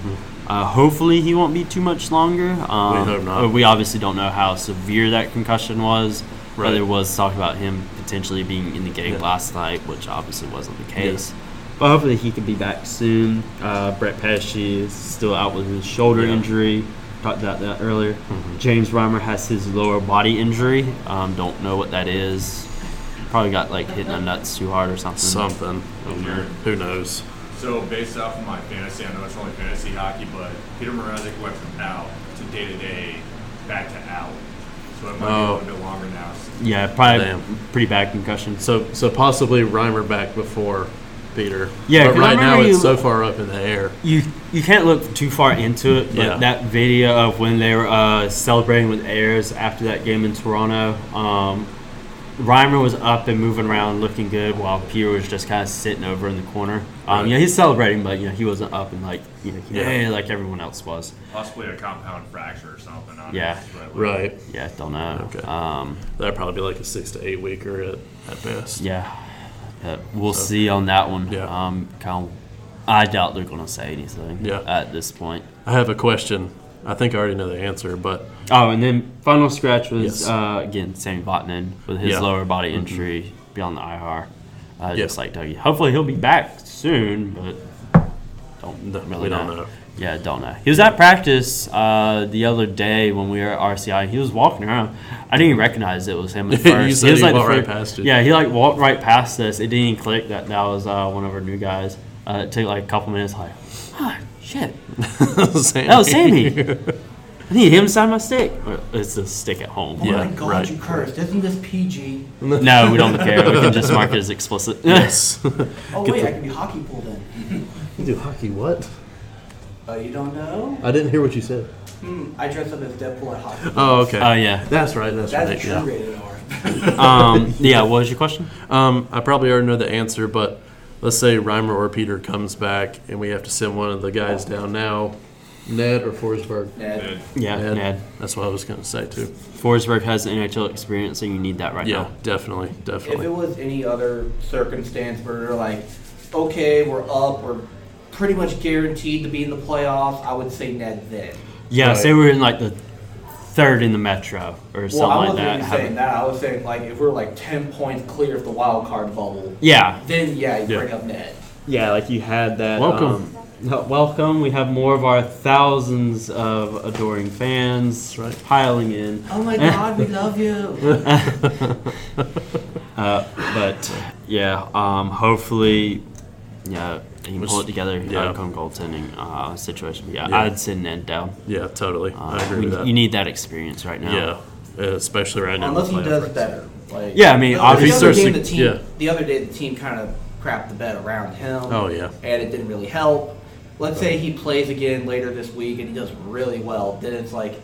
Uh, hopefully, he won't be too much longer. Um, Mm-hmm. hope not. but We obviously don't know how severe that concussion was. But Right. there was talk about him potentially being in the game Yeah. last night, which obviously wasn't the case. But hopefully, he could be back soon. Uh, Brett Pesci is still out with his shoulder Yeah. Mm-hmm. injury. Talked about that earlier. James Reimer has his lower body injury. Um, don't know what that is. Probably got like hit in the nuts too hard or something. Something. Oh, Who knows? So based off of my fantasy, I know it's only fantasy hockey, but Peter Mrazek went from out to day to day, back to out. So it might Oh. be a little bit longer now. Yeah, probably Damn. pretty bad concussion. So So so possibly Reimer back before Peter. Yeah, 'cause but I right now remember it's you- so far up in the air. you you can't look too far into it, but Yeah. that video of when they were uh, celebrating with Ayers after that game in Toronto, um, Reimer was up and moving around, looking good, while Peter was just kind of sitting over in the corner. Um, Right. Yeah, he's celebrating, but you know he wasn't up and like you know Yeah. yeah. like everyone else was. Possibly a compound fracture or something. I don't Yeah. know, but- Right. Yeah, don't know. Okay. Um, That'd probably be like a six to eight weeker at, at best. yeah, But we'll see on that one. Yeah. Um, kind of, I doubt they're gonna say anything. Yeah. At this point. I have a question. I think I already know the answer, but Oh, and then final scratch was Yes. uh, again Sammy Botnan with his Yeah. Mm-hmm. lower body injury beyond the IR, uh, just Yeah. like Dougie. Hopefully he'll be back soon, but don't No, really we don't know. Yeah, don't know. He was at practice uh, the other day when we were at RCI. He was walking around. I didn't even recognize it was him at You first. said was he like the walked right fir- past you. Yeah, he like walked right past us. It didn't even click that that was uh, one of our new guys. Uh, it took like a couple minutes. Like, ah, shit. Sammy. That was Oh, Sammy. I need him to sign my stick. Or It's a stick at home. Oh Yeah, my god, right. you cursed. Isn't this PG? No, we don't care. We can just mark it as explicit. yes. Oh, Get wait, the- I can be hockey pool then. You do hockey? What? Oh, you don't know? I didn't hear what you said. Hmm, I dress up as Deadpool at hockey. Oh, okay. Oh yeah. that's right. That's, That's right. true yeah. rated R. Um, yeah. What was your question? Um, I probably already know the answer, but let's say Reimer or Peter comes back, and we have to send one of the guys down now. Ned or Forsberg? Ned. Yeah, Ned. That's what I was going to say too. Forsberg has the NHL experience, and you need that right Yeah, now. definitely, If it definitely. was any other circumstance where they're like, okay, we're up, we're pretty much guaranteed to be in the playoffs, I would say Ned then. Yeah. Right. Say we're in like the third in the Metro or Well, I something like wasn't that. even Have- saying that. I was saying like if we're like ten points clear of the wild card bubble, Yeah. then yeah, you Yeah. bring up Ned. Yeah. Like you had that. Welcome. um, welcome. We have more of our thousands of adoring fans That's right. piling in. Oh my God, we love you. Uh, but yeah, um, hopefully, yeah, he can Which- pull it together. Yeah, yeah. come goaltending uh, situation. Yeah, Yeah. I'd send Ned down. Yeah, totally. Uh, I agree we- with that. You need that experience right now. yeah, especially right now. in the Unless he does playoff race. better. Like, Yeah, I mean, the- obviously- the other If he game, the starts to- team, yeah. the other day, the team kind of crapped the bed around him. Oh, yeah. and it didn't really help. Let's say he plays again later this week and he does really well. Then it's like,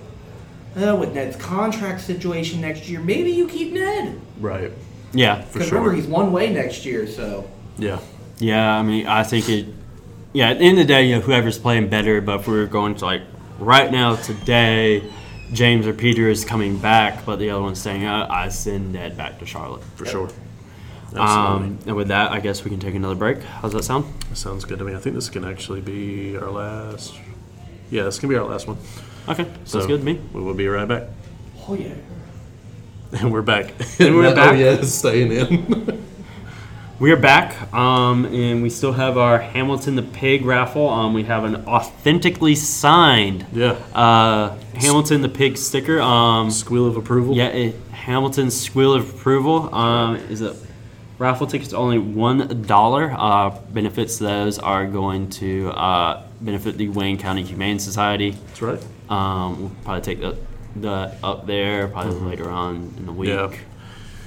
oh, with Ned's contract situation next year, maybe you keep Ned. Right. Yeah. For Because sure. remember, he's one way next year, so. Yeah. Yeah, I mean, I think it. Yeah, at the end of the day, you know, whoever's playing better. But if we were going to like right now today, James or Peter is coming back, but the other one's saying, uh, "I send Ned back to Charlotte." For sure. Absolutely. Um, and with that, I guess we can take another break. How's that sound? Sounds good to me. I think this can actually be our last. Yeah, this can be our last one. Okay, sounds So, good to me. We will be right back. Oh yeah. And we're back. And we're Oh, back. yeah, it's staying in. We are back, um, and we still have our Hamilton the Pig raffle. Um, we have an authentically signed yeah. uh, Hamilton the Pig sticker. Um, Squeal of approval. yeah, it, Hamilton's squeal of approval um, is a raffle tickets only one dollar. Uh, benefits to those are going to uh, benefit the Wayne County Humane Society. That's right. Um, we'll probably take that, that up there probably later on in the week. Mm-hmm. Yeah.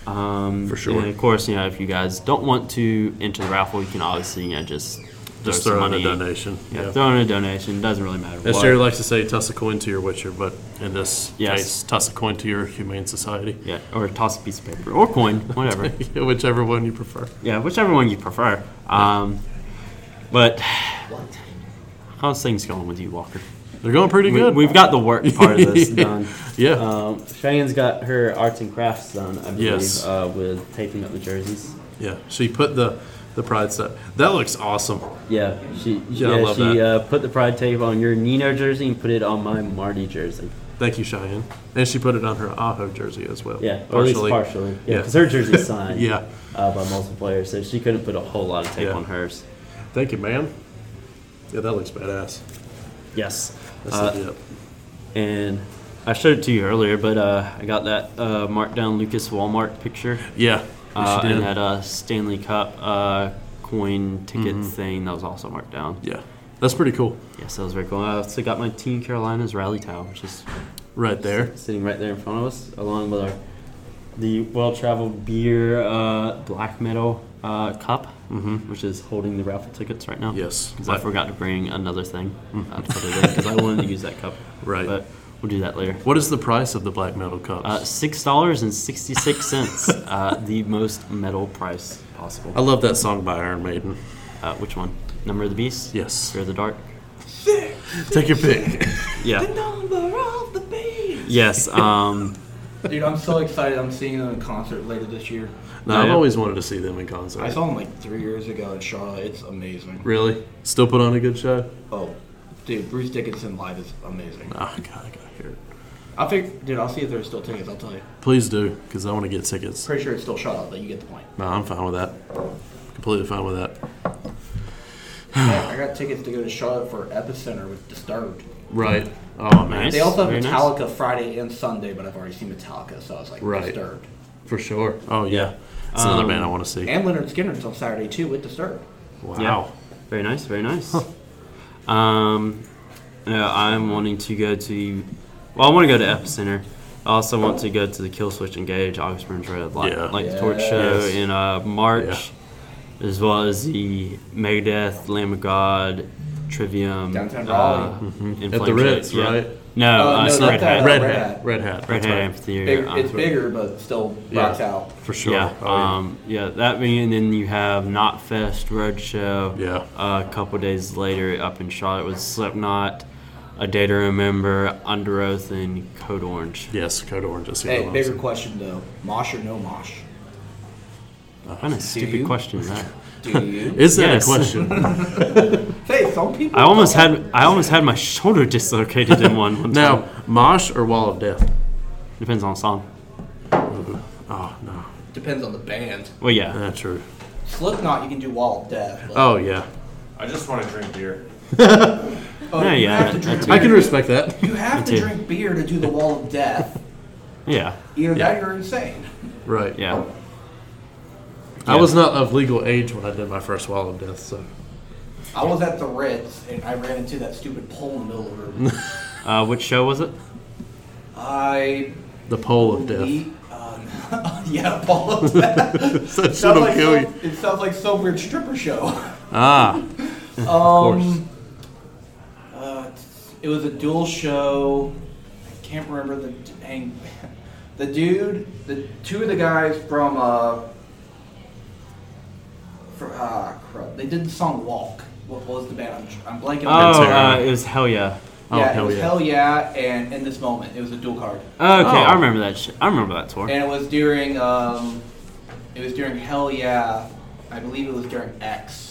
Um, For sure. And of course, you know, if you guys don't want to enter the raffle, you can obviously, you know, just throw Just some throw in a money. donation. Yeah, throw in a donation. Doesn't really matter. As what. Jerry likes to say, toss a coin to your witcher, but in this Yes. case, toss a coin to your humane society. Yeah, or toss a piece of paper or coin, whatever. Whichever one you prefer. yeah, whichever one you prefer. Um, but What? how's things going with you, Walker? They're going pretty We, good. we've got the work part of this Yeah. done. yeah. Um, Cheyenne's got her arts and crafts done, I believe, Yes. uh, with taping up the jerseys. Yeah, she put the the pride stuff. That looks awesome. Yeah, she Yeah, I yeah, love she that. uh, put the pride tape on your Nino jersey and put it on my Marty jersey. Thank you, Cheyenne. And she put it on her Aho jersey as well. Yeah, or at least partially. Yeah, Yeah. because her jersey's signed Yeah. uh, by multiple players, so she couldn't put a whole lot of tape Yeah. on hers. Thank you, man. Yeah, that looks badass. Yes. That's Uh, legit. and I showed it to you earlier, but uh, I got that uh, marked down Lucas Walmart picture Yeah. uh, she did. and that uh, Stanley Cup uh, coin ticket thing that was also marked down. Mm-hmm. yeah. That's pretty cool. Yes, that was very cool. I also got my Team Carolina's rally towel, which is Right there. sitting right there in front of us, along with our the well-traveled beer uh, black metal uh, cup, which is holding the raffle tickets right now. Mm-hmm. Yes. Mm. because I forgot to bring another thing because I wanted to use that cup. Right. but we'll do that later. What is the price of the black metal cups? Uh, Six dollars and sixty-six cents, uh, the most metal price possible. I love that song by Iron Maiden. Uh, which one? Number of the Beast. Yes. Fear of the Dark. Take your pick. Yeah. Number of the beast. Yes. Um, Dude, I'm so excited. I'm seeing them in concert later this year. no, Yeah. I've always wanted to see them in concert. I saw them like three years ago in Charlotte. It's amazing. Really? Still put on a good show? Oh, dude, Bruce Dickinson live is amazing. Oh, God, I gotta hear it. I think, dude, I'll see if there's still tickets. I'll tell you. Please do, because I want to get tickets. Pretty sure it's still Charlotte, but you get the point. No, I'm fine with that. Completely fine with that. Yeah, I got tickets to go to Charlotte for Epicenter with Disturbed. Right. Oh, man. Nice. They also Very have nice. Metallica Friday and Sunday, but I've already seen Metallica, so I was like Right. Disturbed. For sure. Oh, yeah. It's another Um, band I want to see. And Leonard Skinner's on Saturday too with Disturbed. wow. Very nice, very nice. Um, yeah, I'm wanting to go to. Well, I want to go to Epicenter. I also want to go to the Kill Switch Engage August Burns Red Light, Yeah. Light the Torch show Yes. in uh, March, as well as the Megadeth, Lamb of God, Trivium, Downtown uh, Raleigh. in At the Flames Ritz, yeah. right? No, Uh, uh, no, it's not Red that, Hat. uh, Red, Red Red Hat. Hat. Red Hat. that's Hat right. Amphitheater. Big, um, it's bigger, but still Yeah. rocks out. For sure. Yeah, Oh, yeah. um, yeah. That being, and then you have Knotfest Roadshow. Yeah. Uh, a couple days later, up in Charlotte with Slipknot, A Day to Remember, Under Oath, and Code Orange. Yes, Code Orange. That's the other Hey, one bigger I've question though: mosh or no mosh? What kind of you? stupid question is that? Do seen. you? Is that Yes. a question? hey, some people. I almost had I almost had my shoulder dislocated in one. one time. now, Mosh or Wall of Death? depends on the song. Oh, no. depends on the band. Well, yeah. That's true. Slipknot, you can do Wall of Death. but- Oh, yeah. I just want to drink beer. Oh, Yeah, you yeah, have to that- drink that I can beer. respect that. You have to too. drink beer to do the Wall of Death. Yeah. Either Yeah. that, or you're insane. Right. Yeah. I Yeah. was not of legal age when I did my first Wall of Death, so. I was at the Ritz and I ran into that stupid pole in the middle of the room. Uh, which show was it? I The Pole of Death. beat, um, yeah, pole of death. That sounds shit'll like kill you. some, it sounds like some weird stripper show. Oh, Ah, course. Um, uh, it was a dual show. I can't remember the d- hang. The dude, the two of the guys from uh, from ah crud, they did the song Walk. What was the band? I'm, I'm blanking. on Oh, the uh, it was Hell Yeah. Oh, yeah, Hell it was Yeah. Hell Yeah, and in this moment, it was a dual card, Okay, I Oh. remember that. Sh- I remember that tour. and it was during um, it was during Hell Yeah, I believe it was during X.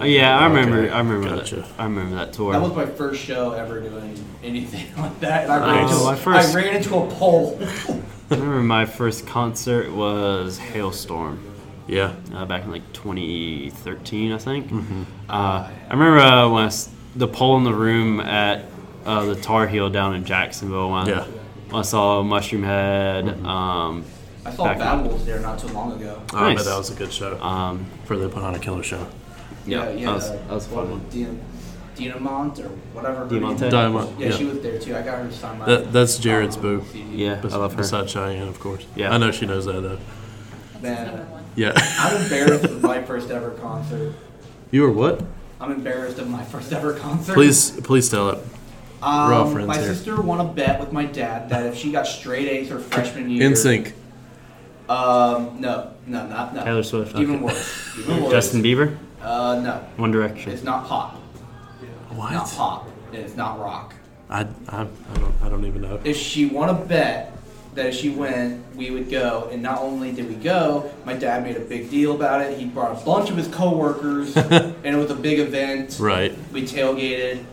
Oh, yeah, I remember. Okay, I remember gotcha. that. I remember that tour. That was my first show ever doing anything like that, and I ran, Nice. into, My first- I ran into a pole. I remember my first concert was Hailstorm yeah. uh, back in like 2013, I think. Mm-hmm. Uh, I remember uh, when I s the pole in the room at uh, the Tar Heel down in Jacksonville when, I- Yeah. Mm-hmm. when I saw Mushroom Head. Um, I saw Back Bad Wolves there not too long ago. Oh, I Nice. bet that was a good show um, for the Put on a Killer show. yeah, that was, uh, that was a fun one. Dina, Dinamont or whatever. her name Diamante. is. Diamond. Yeah, Yeah, she was there too. I got her to sign my. That- that's Jared's boo. CD. Yeah, I love her. Beside Cheyenne, of course. Yeah. I know she knows that though. Man, Yeah. I'm embarrassed of my first ever concert. you were what? I'm embarrassed of my first ever concert. Please, please tell it. um, we're all friends My here. sister won a bet with my dad that if she got straight A's her freshman year, In sync. Um, no, no, not no. Taylor Swift. Even Okay. worse. Even worse. Justin Bieber, Uh, no, One Direction. it's not pop. Not What? pop. And it's not rock. I, I, I don't, I don't even know. If she won a bet that if she went, we would go. And not only did we go, my dad made a big deal about it. He brought a bunch of his coworkers, and it was a big event. Right. We tailgated.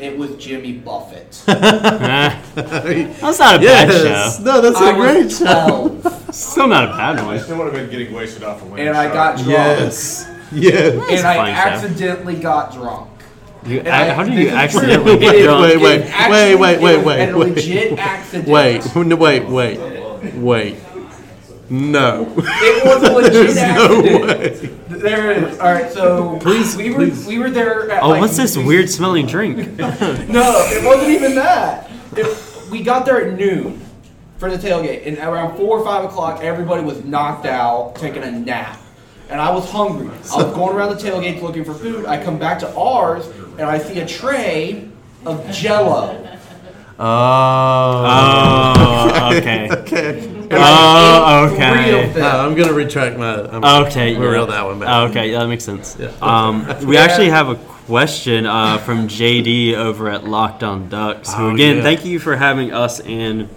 It was Jimmy Buffett. That's not a bad yes. show. No, that's a I great was show. 12, Still not a bad I one. still would have been getting wasted off a of and I got drunk. Yes. Yes. And I fine, Sam. accidentally got drunk. You, And I- how did this you is accidentally true. get It- drunk? Wait, it wait, actually- wait, it wait, was wait, a wait. legit accident. Wait, no, wait, wait, wait. No. It was a legit There's no accident. way. There it is. All right, so we were we were there. At Oh, like, what's this weird smelling drink? No, it wasn't even that. It, we got there at noon for the tailgate, and around four or five o'clock, everybody was knocked out, taking a nap, and I was hungry. I was going around the tailgates looking for food. I come back to ours, and I see a tray of Jello. Oh. Oh, okay. okay. Oh, Three okay. of No, them. I'm gonna retract my. I'm, Okay, we'll yeah. Oh, reel that one back. Okay, yeah, that makes sense. Yeah. Um, we actually have a question uh, from JD over at Locked On Ducks. Who Oh, again, yeah. thank you for having us and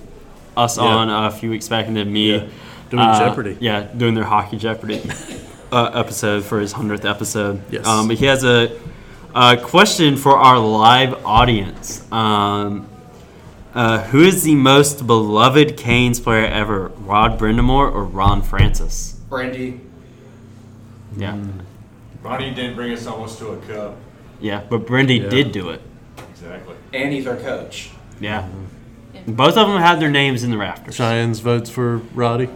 us Yeah. on uh, a few weeks back, and then me Yeah. Doing uh, Jeopardy. Yeah, doing their hockey Jeopardy uh, episode for his hundredth episode. Yes. Um, but he has a, a question for our live audience. Um, uh, who is the most beloved Canes player ever, Rod Brindamore or Ron Francis? Brandy. Yeah. Ronnie didn't bring us almost to a cup. Yeah, but Brindy Yeah. did do it. Exactly. And he's our coach. Yeah. Both of them had their names in the rafters. Cheyens votes for Roddy.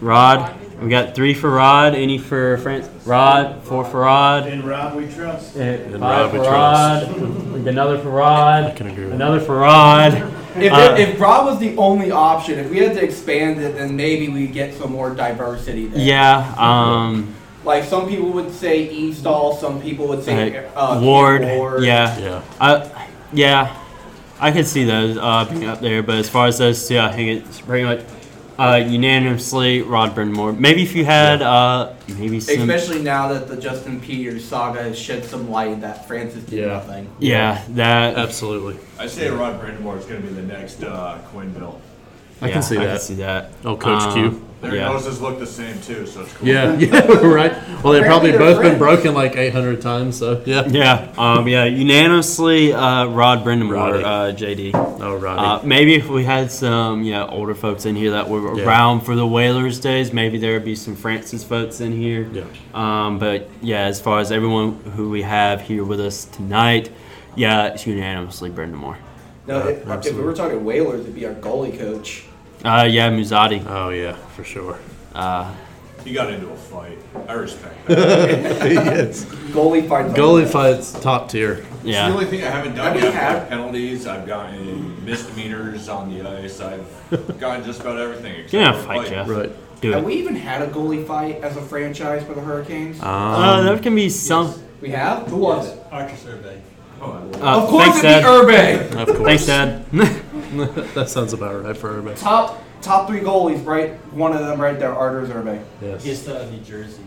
Rod, we got three for Rod, any for France. Rod, four for Rod, And Rob, we trust. and Rod five we for Rod, we got another for Rod, can agree with another for Rod. If, Uh, if Rob was the only option, if we had to expand it, then maybe we get some more diversity there. Yeah, um, Like some people would say Eastall, some people would say like uh, eh, Ward, Ward. yeah. Yeah. Uh, yeah, I could see those uh, being up there, but as far as those two, I think it's pretty much uh, unanimously Rod Brindamore. Maybe if you had uh, maybe some. Especially now that the Justin Peters saga has shed some light that Francis did Yeah. nothing. yeah, that. Absolutely. I say Rod Brindamore is going to be the next uh, Quinville. I yeah, can see I that. can see that. Um, Oh, Coach Q. Their yeah. noses look the same too, so it's cool. Yeah. Yeah. Right. Well, they've probably Apparently they're both been friends. broken like 800 times. So yeah. Yeah, um, yeah, unanimously, uh, Rod Brindamore, Roddy. uh, JD. Oh, Uh, Roddy. maybe if we had some, yeah, older folks in here that were Yeah. around for the Whalers days, maybe there would be some Francis folks in here. Yeah. Um, but yeah, as far as everyone who we have here with us tonight, yeah, it's unanimously Brindamore. No, Yeah, if, if we absolutely. were talking Whalers, it'd be our goalie coach. Uh, yeah, Muzadi. oh yeah, for sure. Uh, He got into a fight. I respect that. yes. Goalie fights. Goalie fights top tier. It's the yeah. only thing I haven't I done mean, yet. I've have- got penalties. I've gotten misdemeanors on the ice. I've gotten just about everything. Except You're gonna for a fight, Jeff. Right. Do Have it. we even had a goalie fight as a franchise for the Hurricanes? Uh, there can be some. we have. Who was it? Archer survey. Oh, I will. Uh, of course, thanks, it'd be Dad. Urban. Of course. Thanks, Dad. that sounds about right for everybody. Top top three goalies, right? One of them right there, Arturs Urban. Yes. Against uh, New Jersey.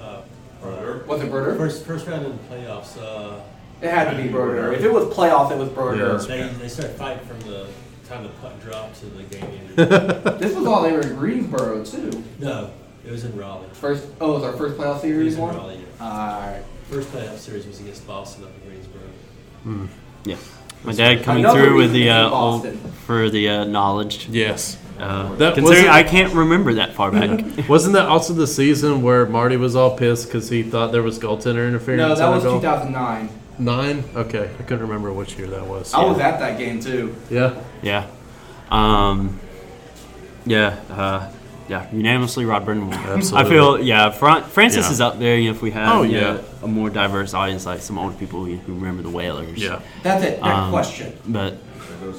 Uh, Brother. Was it Broder? first first round in the playoffs. Uh, It had to be Broder. If it was playoff, it was Broder. Yeah. they, they started fighting from the time the putt dropped to the game ended. This was all they were in Greensboro too. no, it was in Raleigh. First, oh, it was our first playoff It was series in one. Raleigh. yeah. Alright. First playoff series was against Boston up in Greensboro. yeah. My dad coming Another through with reason the to uh, be old, Boston. for the uh, knowledge. Yes. Uh, That considering wasn't- I can't remember that far back. Wasn't that also the season where Marty was all pissed because he thought there was goaltender interference? No, that on a was goal? 2009. Nine? Okay, I couldn't remember which year that was. I was at that game too. Yeah. yeah. Um, yeah. Uh, yeah. Unanimously, Rod Brindamore. Absolutely. I feel yeah. Fran- Francis Yeah. is up there. You know, if we had Oh, you yeah. know, a more diverse audience, like some older people you know, who remember the Whalers. Yeah. That's it. Next Um, question. But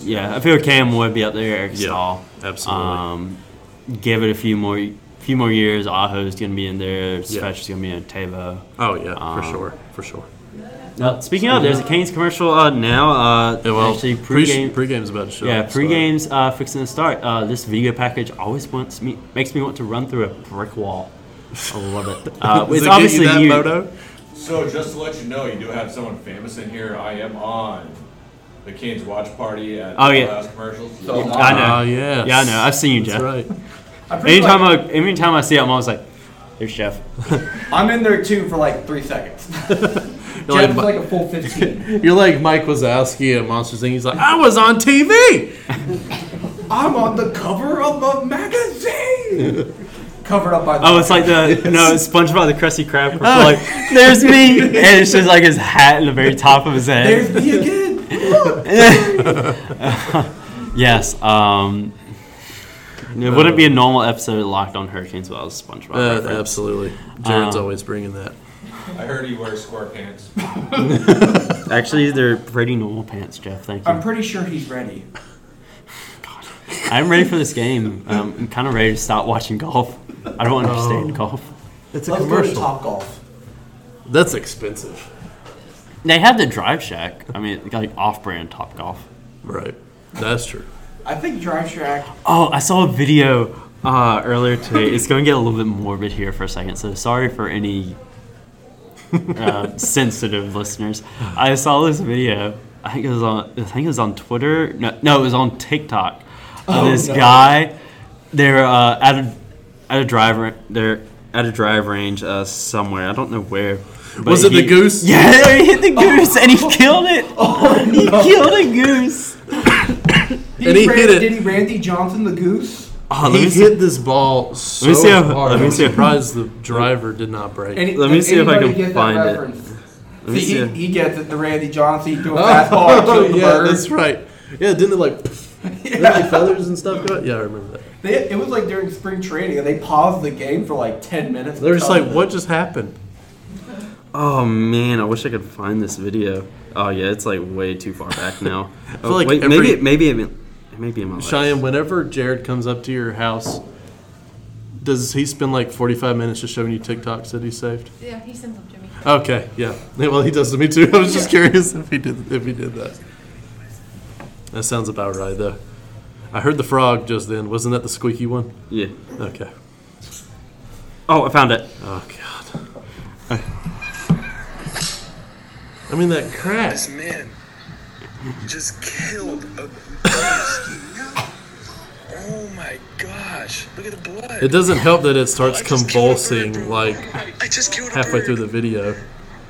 yeah, I feel Cam would be up there. Eric Yeah, Stahl. absolutely. Um, give it a few more few more years. Aho's gonna be in there. Svetch's gonna be in Tavo. Oh yeah, for Um, sure, for sure. Uh, speaking of, there's a Canes commercial uh, now. Uh, Yeah, well, actually, pre- pregame. pregame's about to show. Yeah, up, so- pre-game's uh, fixing to start. Uh, this video package always wants me makes me want to run through a brick wall. I love it. Uh, Does it's it get you obviously that you. moto? So just to let you know, you do have someone famous in here. I am on the Canes watch party at Oh, the yeah. last commercials. So uh, Yeah. long. I know. Ah, yes. Yeah, I know. I've seen you, That's Jeff. right. I pretty Anytime much- I, anytime I see him, I'm always like, "There's Jeff." I'm in there too for like three seconds. Jeff You're like, is like a full 15. you're like Mike Wazowski at Monsters Inc. He's like, I was on TV. I'm on the cover of a magazine. Covered up by the. Oh, it's like the no it's SpongeBob the Krusty Oh, Krab. where it's like, "There's me," and it's just like his hat and the very top of his There's head. me again. Look. yes. Um, it wouldn't be a normal episode of Locked On Hurricanes without a SpongeBob. Uh, reference. absolutely. Jared's Um, always bringing that. I heard he wears square pants. Actually, they're pretty normal pants, Jeff. Thank you. I'm pretty sure he's ready. I'm ready for this game. Um, I'm kind of ready to stop watching golf. I don't understand golf. It's Let's go to Top Golf. That's expensive. They have the Drive Shack. I mean, like off-brand Top Golf. Right. That's true. I think Drive Shack. Oh, I saw a video uh, earlier today. It's going to get a little bit morbid here for a second, so sorry for any uh, sensitive listeners. I saw this video. I think it was on. I think it was on Twitter. No, no, it was on TikTok. Oh, Of this guy, they're uh, at a at a drive. ra- They're at a drive range uh, somewhere. I don't know where. but Was it the he- goose? Oh. Yeah, he hit the goose and he killed it. he killed a goose. Did And he Ran- hit it. Did he Randy Johnson the goose? Oh, let he me see- hit this ball so me see if- hard. let me I'm see if- surprised the driver did not break. Any, Let me and see if I anybody can get that find it. reference? Let me See, see. he, he gets it. The Randy Johnson he threw a fastball. Oh, yeah, that's right. Yeah, didn't it like, didn't, like feathers and stuff go out? Yeah, I remember that. They, it was like during spring training, and they paused the game for like ten minutes. They're just to like, tell what just happened? Oh man, I wish I could find this video. Oh yeah, it's like way too far back now. feel oh, like wait, every- maybe it, maybe it, it may be in my life. Cheyenne, whenever Jared comes up to your house, does he spend like 45 minutes just showing you TikToks that he saved? Yeah, he sends them to me. Okay, yeah. Yeah, Well, he does to me too. I was just curious if he did if he did that. That sounds about right, though. I heard the frog just then. Wasn't that the squeaky one? Yeah. Okay. Oh, I found it. Oh God. I mean that crack. This man just killed a goose. Oh my gosh! Look at the blood. It doesn't help that it starts I just killed a bird, convulsing bro. like I just killed a halfway bird. through the um, video.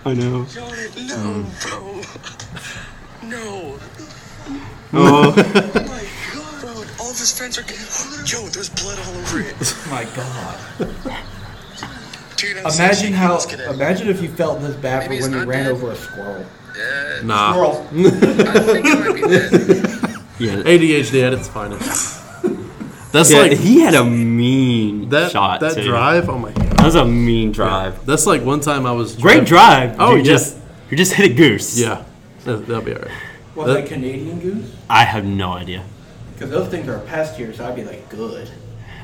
I know. No, bro. No. Oh, Oh my god, bro! and All of his friends are. Yo, there's blood all over it. them. my god! Dude, I'm such a Imagine how. useless cadet. Imagine if you felt this bad for Maybe when it's you not ran dead. over a squirrel. Yeah, Nah. Squirrel. I think it might be dead. yeah. ADHD at its finest. That's yeah like he had a mean that shot. that too. drive. Oh my god. That was a mean drive. That's like one time I was Great driving- drive. Oh, you yeah. just you just hit a goose. Yeah, that, that'll be alright. Was that Canadian goose? I have no idea. Because those things are a pest here, so I'd be like, good.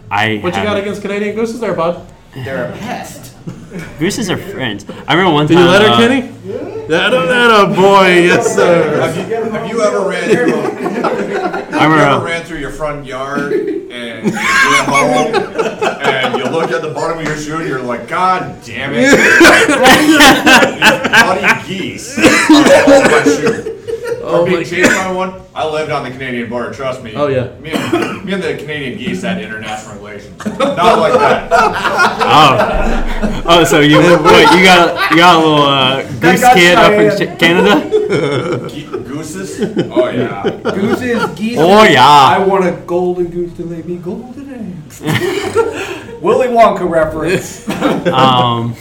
I What you got haven't- against Canadian gooses there, bud? They're a pest. Gooses are friends. I remember one Did time. you let her, uh, Kenny? That, that a boy, yes sir. Have you, have you ever ran? Have I you ever remember. ran through your front yard and you get home and you look at the bottom of your shoe and you're like, God damn it! These bloody geese are all over my shoe. Oh Or my being chased by one. I lived on the Canadian border. Trust me. Oh, yeah. Me and, me and the Canadian geese had international relations. Not like that. Oh, oh, so you wait? You got you got a little uh, goose got kid up in Cheyenne. Ch- Canada? Ge- gooses? Oh yeah. Gooses, geese. Oh, yeah. I want a golden goose to lay me golden eggs. Willy Wonka reference. Um,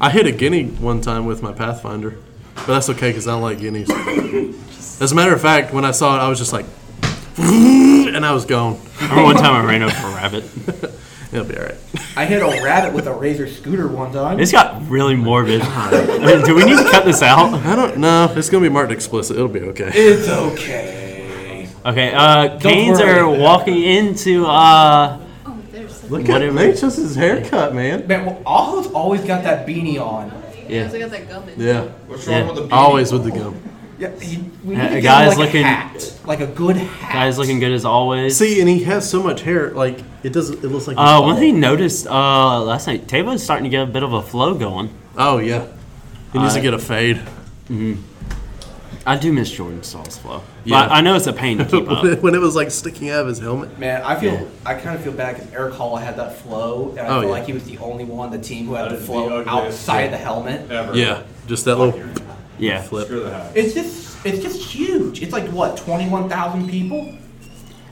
I hit a guinea one time with my Pathfinder, but that's okay because I don't like guineas. As a matter of fact, when I saw it, I was just like, and I was gone. I remember one time I ran over a rabbit. It'll be all right. I hit a rabbit with a razor scooter one time. This got really morbid. Do we need to cut this out? I don't know. It's gonna be marked explicit. It'll be okay. It's okay. Okay, uh, Canes worry. are walking into uh, Oh, there's the. Look at at Nature's haircut, man. Man, well, Aho's always got that beanie on. Yeah. I got that gum in. Yeah, What's wrong Yeah. with the beanie? always with the gum. Yeah, he, we Uh, need to a get guy's him, like looking- a hat, like a good hat. guys looking good as always. See, and he has so much hair, like it doesn't. It looks like. Uh, one thing noticed uh, last night, Tavo's starting to get a bit of a flow going. Uh, Oh yeah, he needs to Uh, get a fade. I do miss Jordan Stahl's flow. Yeah. But I know it's a pain to keep up. when, it, when it was like sticking out of his helmet. Man, I feel I kind of feel bad because Eric Hall had that flow, and I Oh, feel yeah. like he was the only one on the team who had That the is the flow ugliest outside thing. the helmet. Ever. Yeah, just that little Yeah. flip Screw the hat. It's just it's just huge. It's like what twenty one thousand people.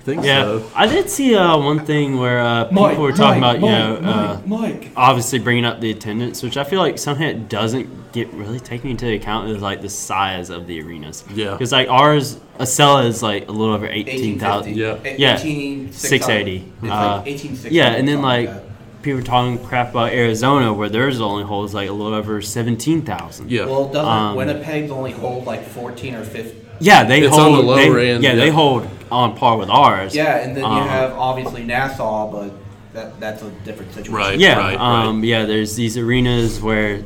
thing. Yeah. So. I did see uh, one thing where uh, people Mike, were talking Mike, about, you know, Mike, uh, Mike, Mike. obviously bringing up the attendance, which I feel like something it doesn't get really taken into account is like the size of the arenas. Yeah. Because like ours, a cell is like a little over eighteen thousand. 1850. Yeah. Eh, Yeah. 18, 680. It's Uh, like 1860. Yeah, and then something like that. people were talking crap about Arizona, where theirs only holds like a little over seventeen thousand. Yeah. Well, doesn't um, Winnipeg's only hold like 14 or 15? Yeah, they It's hold on the they- lower end, Yeah, they yeah. hold on par with ours. Yeah, and then you Um, have obviously Nassau, but that that's a different situation. Right. Yeah, Right. um, yeah. There's these arenas where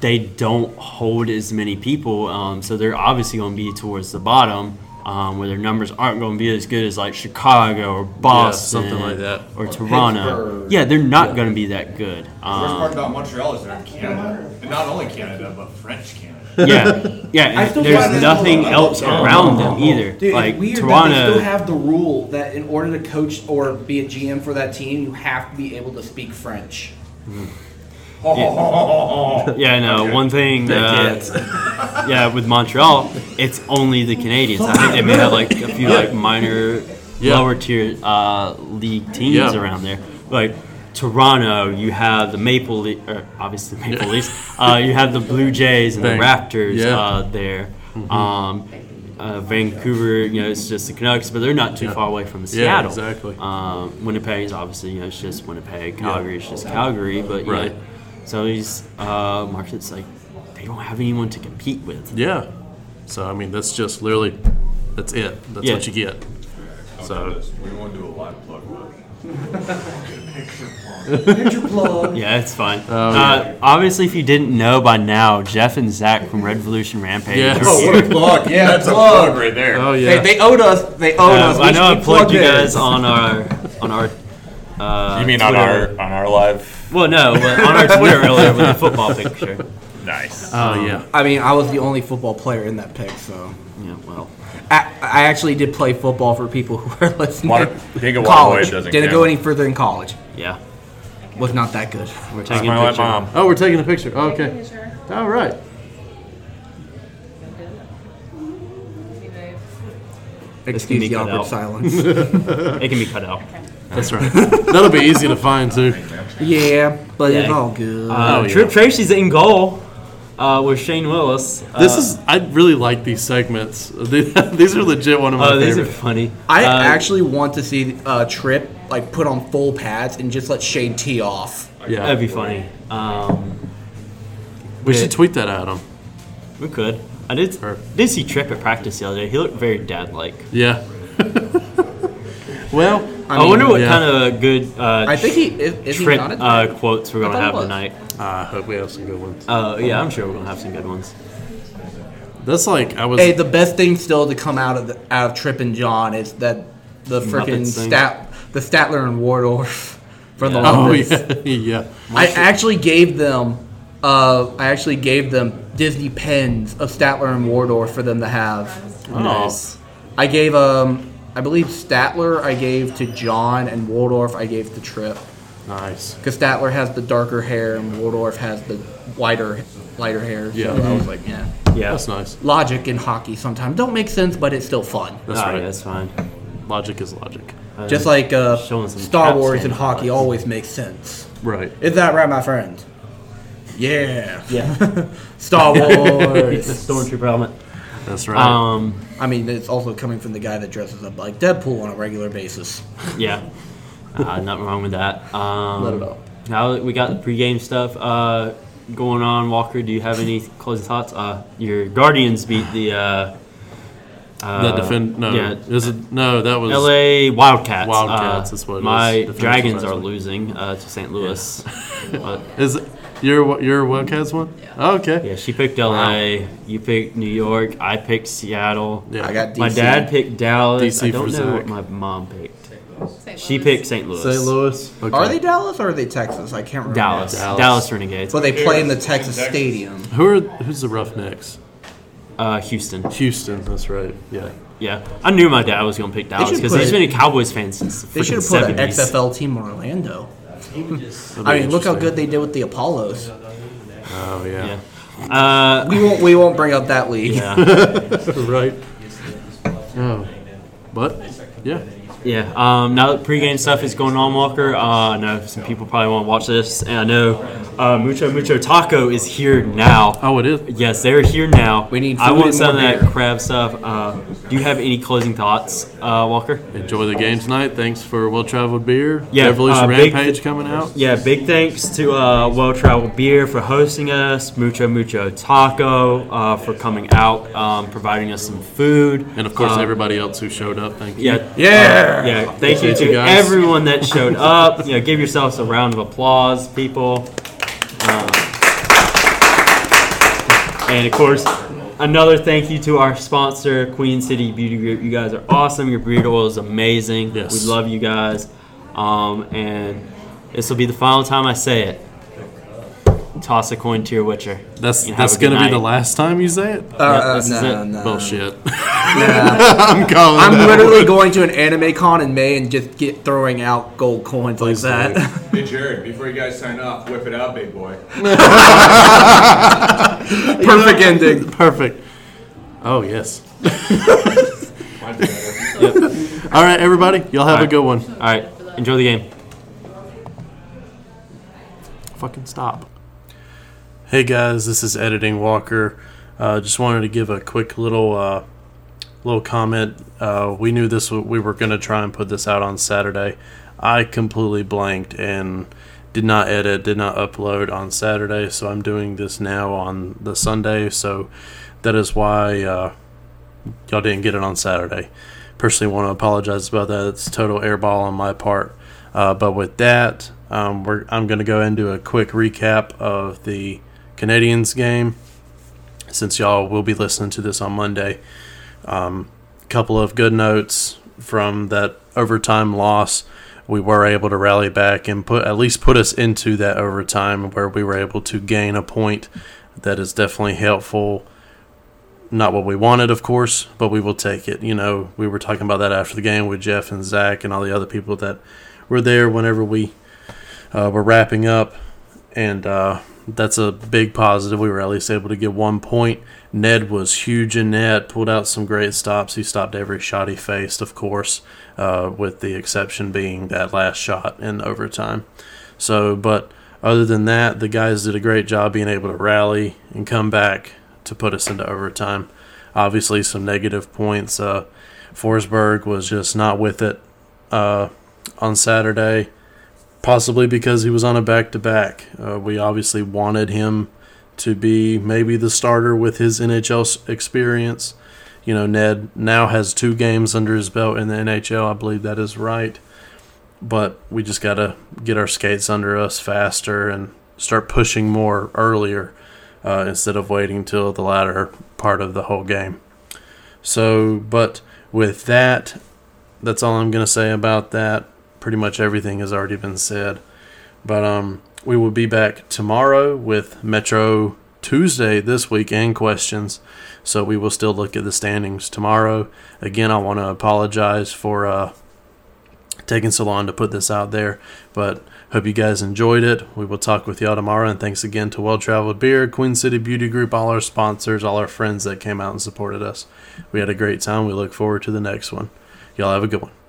they don't hold as many people, um, so they're obviously going to be towards the bottom, um, where their numbers aren't going to be as good as like Chicago or Boston, something like that. or, Toronto. Pittsburgh. Yeah, they're not going to be that good. The worst part Um, about Montreal is they're in Canada, and not only Canada but French Canada. yeah, yeah. I And still find there's that- nothing else around them either. Dude, like it's weird Toronto. that they still have the rule that in order to coach or be a GM for that team, you have to be able to speak French. Yeah, no. One thing, uh, yeah, with Montreal, it's only the Canadians. I think they may have like a few like minor, Yeah. lower tier uh, league teams Yeah. around there. Like Toronto, you have the Maple Leafs, obviously the Maple Leafs. Uh, you have the Blue Jays and Bang. the Raptors Yeah. Mm-hmm. uh, there. Um, uh, Vancouver, you know, it's just the Canucks, but they're not too far away from Yeah, Seattle. exactly. Um, Winnipeg is obviously, you know, it's just Winnipeg. Calgary is just Calgary, but you Right. know, so these uh, markets like they don't have anyone to compete with. Yeah. So I mean, that's just literally, that's it. That's Yeah. what you get. So we won't do a live plug, but Picture plug. Yeah, it's fine. uh, Obviously, if you didn't know by now, Jeff and Zach from Revolution Rampage. Yes. are Oh, here. what plug. Yeah, That's a plug. plug right there. oh yeah, They, they owed us. They owed Uh, us. I know I We plugged you in. guys on our on our. Uh, You mean on our Twitter. on our live? Well, no, but on our Twitter earlier with the football picture. Nice. oh yeah. I mean, I was the only football player in that pick, so Yeah, well, I, I actually did play football for people who are listening. Water- being a water boy college doesn't didn't count. go any further in college. yeah. Was not that good. We're That's taking my a white picture. mom. Oh, we're taking a picture. Oh, okay. Sure. All right. See, babe. Excuse be the cut awkward out. silence. It can be cut out. That's right. That'll be easy to find too. yeah, but it's Yeah. all good. Uh, Oh, yeah. Trip Tracy's in goal uh, with Shane Willis. This Uh, is. I really like these segments. These these are legit one of my Oh, these are favorites. funny. I Uh, actually want to see uh, Trip like put on full pads and just let Shane tee off. yeah, That'd be funny. Um, we should tweet that at them. we could. I did, Or- did see Trip at practice the other day. He looked very dad like. Yeah. well, I, mean, wonder what yeah. kind of good uh, I think he is, is he Trip not a uh, quotes we're going to thought he have was. tonight. I hope we have some good ones. Uh, yeah, I'm sure we're going to have some good ones. That's like I was. Hey, the best thing still to come out of the, out of Trip and John is that the freaking Muppets thing. stat the Statler and Wardorf from the Yeah. oh Muppets. yeah, yeah. I actually gave them. Uh, I actually gave them Disney pens of Statler and Wardorf for them to have. Oh. I gave um, I believe Statler I gave to John and Waldorf I gave to Trip Nice. because Statler has the darker hair and Waldorf has the whiter, lighter hair. So Yeah. I was like, yeah. Yeah. That's nice. Logic in hockey sometimes don't make sense, but it's still fun. That's Alright, right. That's Ah, fine. Logic is logic. Uh, Just like uh, showing some Star caps Wars on and the hockey lights. always makes sense. Right. Is that right, my friend? Yeah. Yeah. Star it's a Wars. stormtrooper helmet. That's right. Um, I mean, it's also coming from the guy that dresses up like Deadpool on a regular basis. yeah. Uh, not wrong with that. Um, Not at all. Now that we got the pregame stuff uh, going on, Walker, do you have any closing thoughts? Uh, your Guardians beat the. Uh, the uh, defend. No. Yeah. Is it, no, that was. LA Wildcats. Wildcats, Uh, that's what it is. my Defensive Dragons last are week. losing uh, to St. Louis. but, Is it your your Wildcats one? Oh, Yeah. Okay. yeah, she picked LA. You picked New York. I picked Seattle. Yeah. I got DC. My dad picked Dallas. DC I don't for know Zach. what my mom picked. St. She Louis. picked St. Louis. St. Louis. Okay. Are they Dallas or are they Texas? I can't remember. Dallas. Dallas. Dallas. Renegades. But they play in the Texas Texas. Stadium. Who are who's the Roughnecks? Uh, Houston. Houston, that's right. Yeah. Yeah, I knew my dad was gonna pick Dallas should because put he's it- been a Cowboys fan since the They should freaking have put an seventies. XFL team in Orlando. That'd be I mean, look how interesting. good they did with the Apollos. Oh Yeah. yeah. Uh, We won't. We won't bring up that league. yeah, Right. Oh. But yeah. yeah. Um, now that pregame stuff is going on, Walker. Uh, I know some people probably want to watch this, and I know uh, Mucho Mucho Taco is here now. Oh, it is. Yes, they're here now. We need I food want and some more of that beer. crab stuff. Uh, do you have any closing thoughts, uh, Walker? Enjoy the game tonight. Thanks for Well Traveled Beer. Yeah, Revolution uh, big- Rampage coming out. Yeah, big thanks to uh, Well Traveled Beer for hosting us, Mucho Mucho Taco uh, for coming out, um, providing us some food. And of course, Uh, everybody else who showed up. Thank you. Yeah, Yeah. yeah. Thank you Appreciate you to guys. everyone that showed up. You know, give yourselves a round of applause, people. Uh, and of course, another thank you to our sponsor, Queen City Beauty Group. You guys are awesome. Your beard oil is amazing. Yes. We love you guys. Um, and this will be the final time I say it. Toss a coin to your witcher. That's You have that's a good gonna be the night. last time you say it. Uh, uh, this is no, it. no. Bullshit. Nah. I'm calling. I'm it out. literally going to an anime con in May and just get throwing out gold coins like that. Hey Jared, before you guys sign off, whip it out, big boy. Perfect ending. Perfect. Oh yes. Mine's better. All right, everybody. Y'all All have a right. good one. All right, enjoy the game. fucking stop. Hey guys, this is Editing Walker. Uh, just wanted to give a quick little uh, little comment. Uh, we knew this w- we were going to try and put this out on Saturday. I completely blanked and did not edit, did not upload on Saturday, so I'm doing this now on the Sunday. So that is why uh, y'all didn't get it on Saturday. Personally, want to apologize about that. It's total airball on my part. Uh, but with that, um, we're, I'm going to go and do a quick recap of the Canadians game since y'all will be listening to this on Monday. Um, couple of good notes from that overtime loss. We were able to rally back and put at least put us into that overtime where we were able to gain a point. That is definitely helpful not what we wanted, of course, but we will take it. You know, we were talking about that after the game with Jeff and Zach and all the other people that were there whenever we uh, were wrapping up, and uh, that's a big positive. We were at least able to get one point. Ned was huge in net, pulled out some great stops. He stopped every shot he faced, of course, uh, with the exception being that last shot in overtime. So, but other than that, the guys did a great job being able to rally and come back to put us into overtime. Obviously, some negative points. Uh, Forsberg was just not with it uh, on Saturday, possibly because he was on a back to back. We obviously wanted him to be maybe the starter with his NHL s- experience. You know, Ned now has two games under his belt in the NHL. I believe that is right but we just got to get our skates under us faster and start pushing more earlier uh, instead of waiting till the latter part of the whole game. So, but with that, that's all I'm going to say about that. Pretty much everything has already been said. But um, we will be back tomorrow with Metro Tuesday this week and questions. So we will still look at the standings tomorrow. Again, I want to apologize for. Uh, taking so long to put this out there. But hope you guys enjoyed it. We will talk with y'all tomorrow. And thanks again to Well Traveled Beer, Queen City Beauty Group, all our sponsors, all our friends that came out and supported us. We had a great time. We look forward to the next one. Y'all have a good one.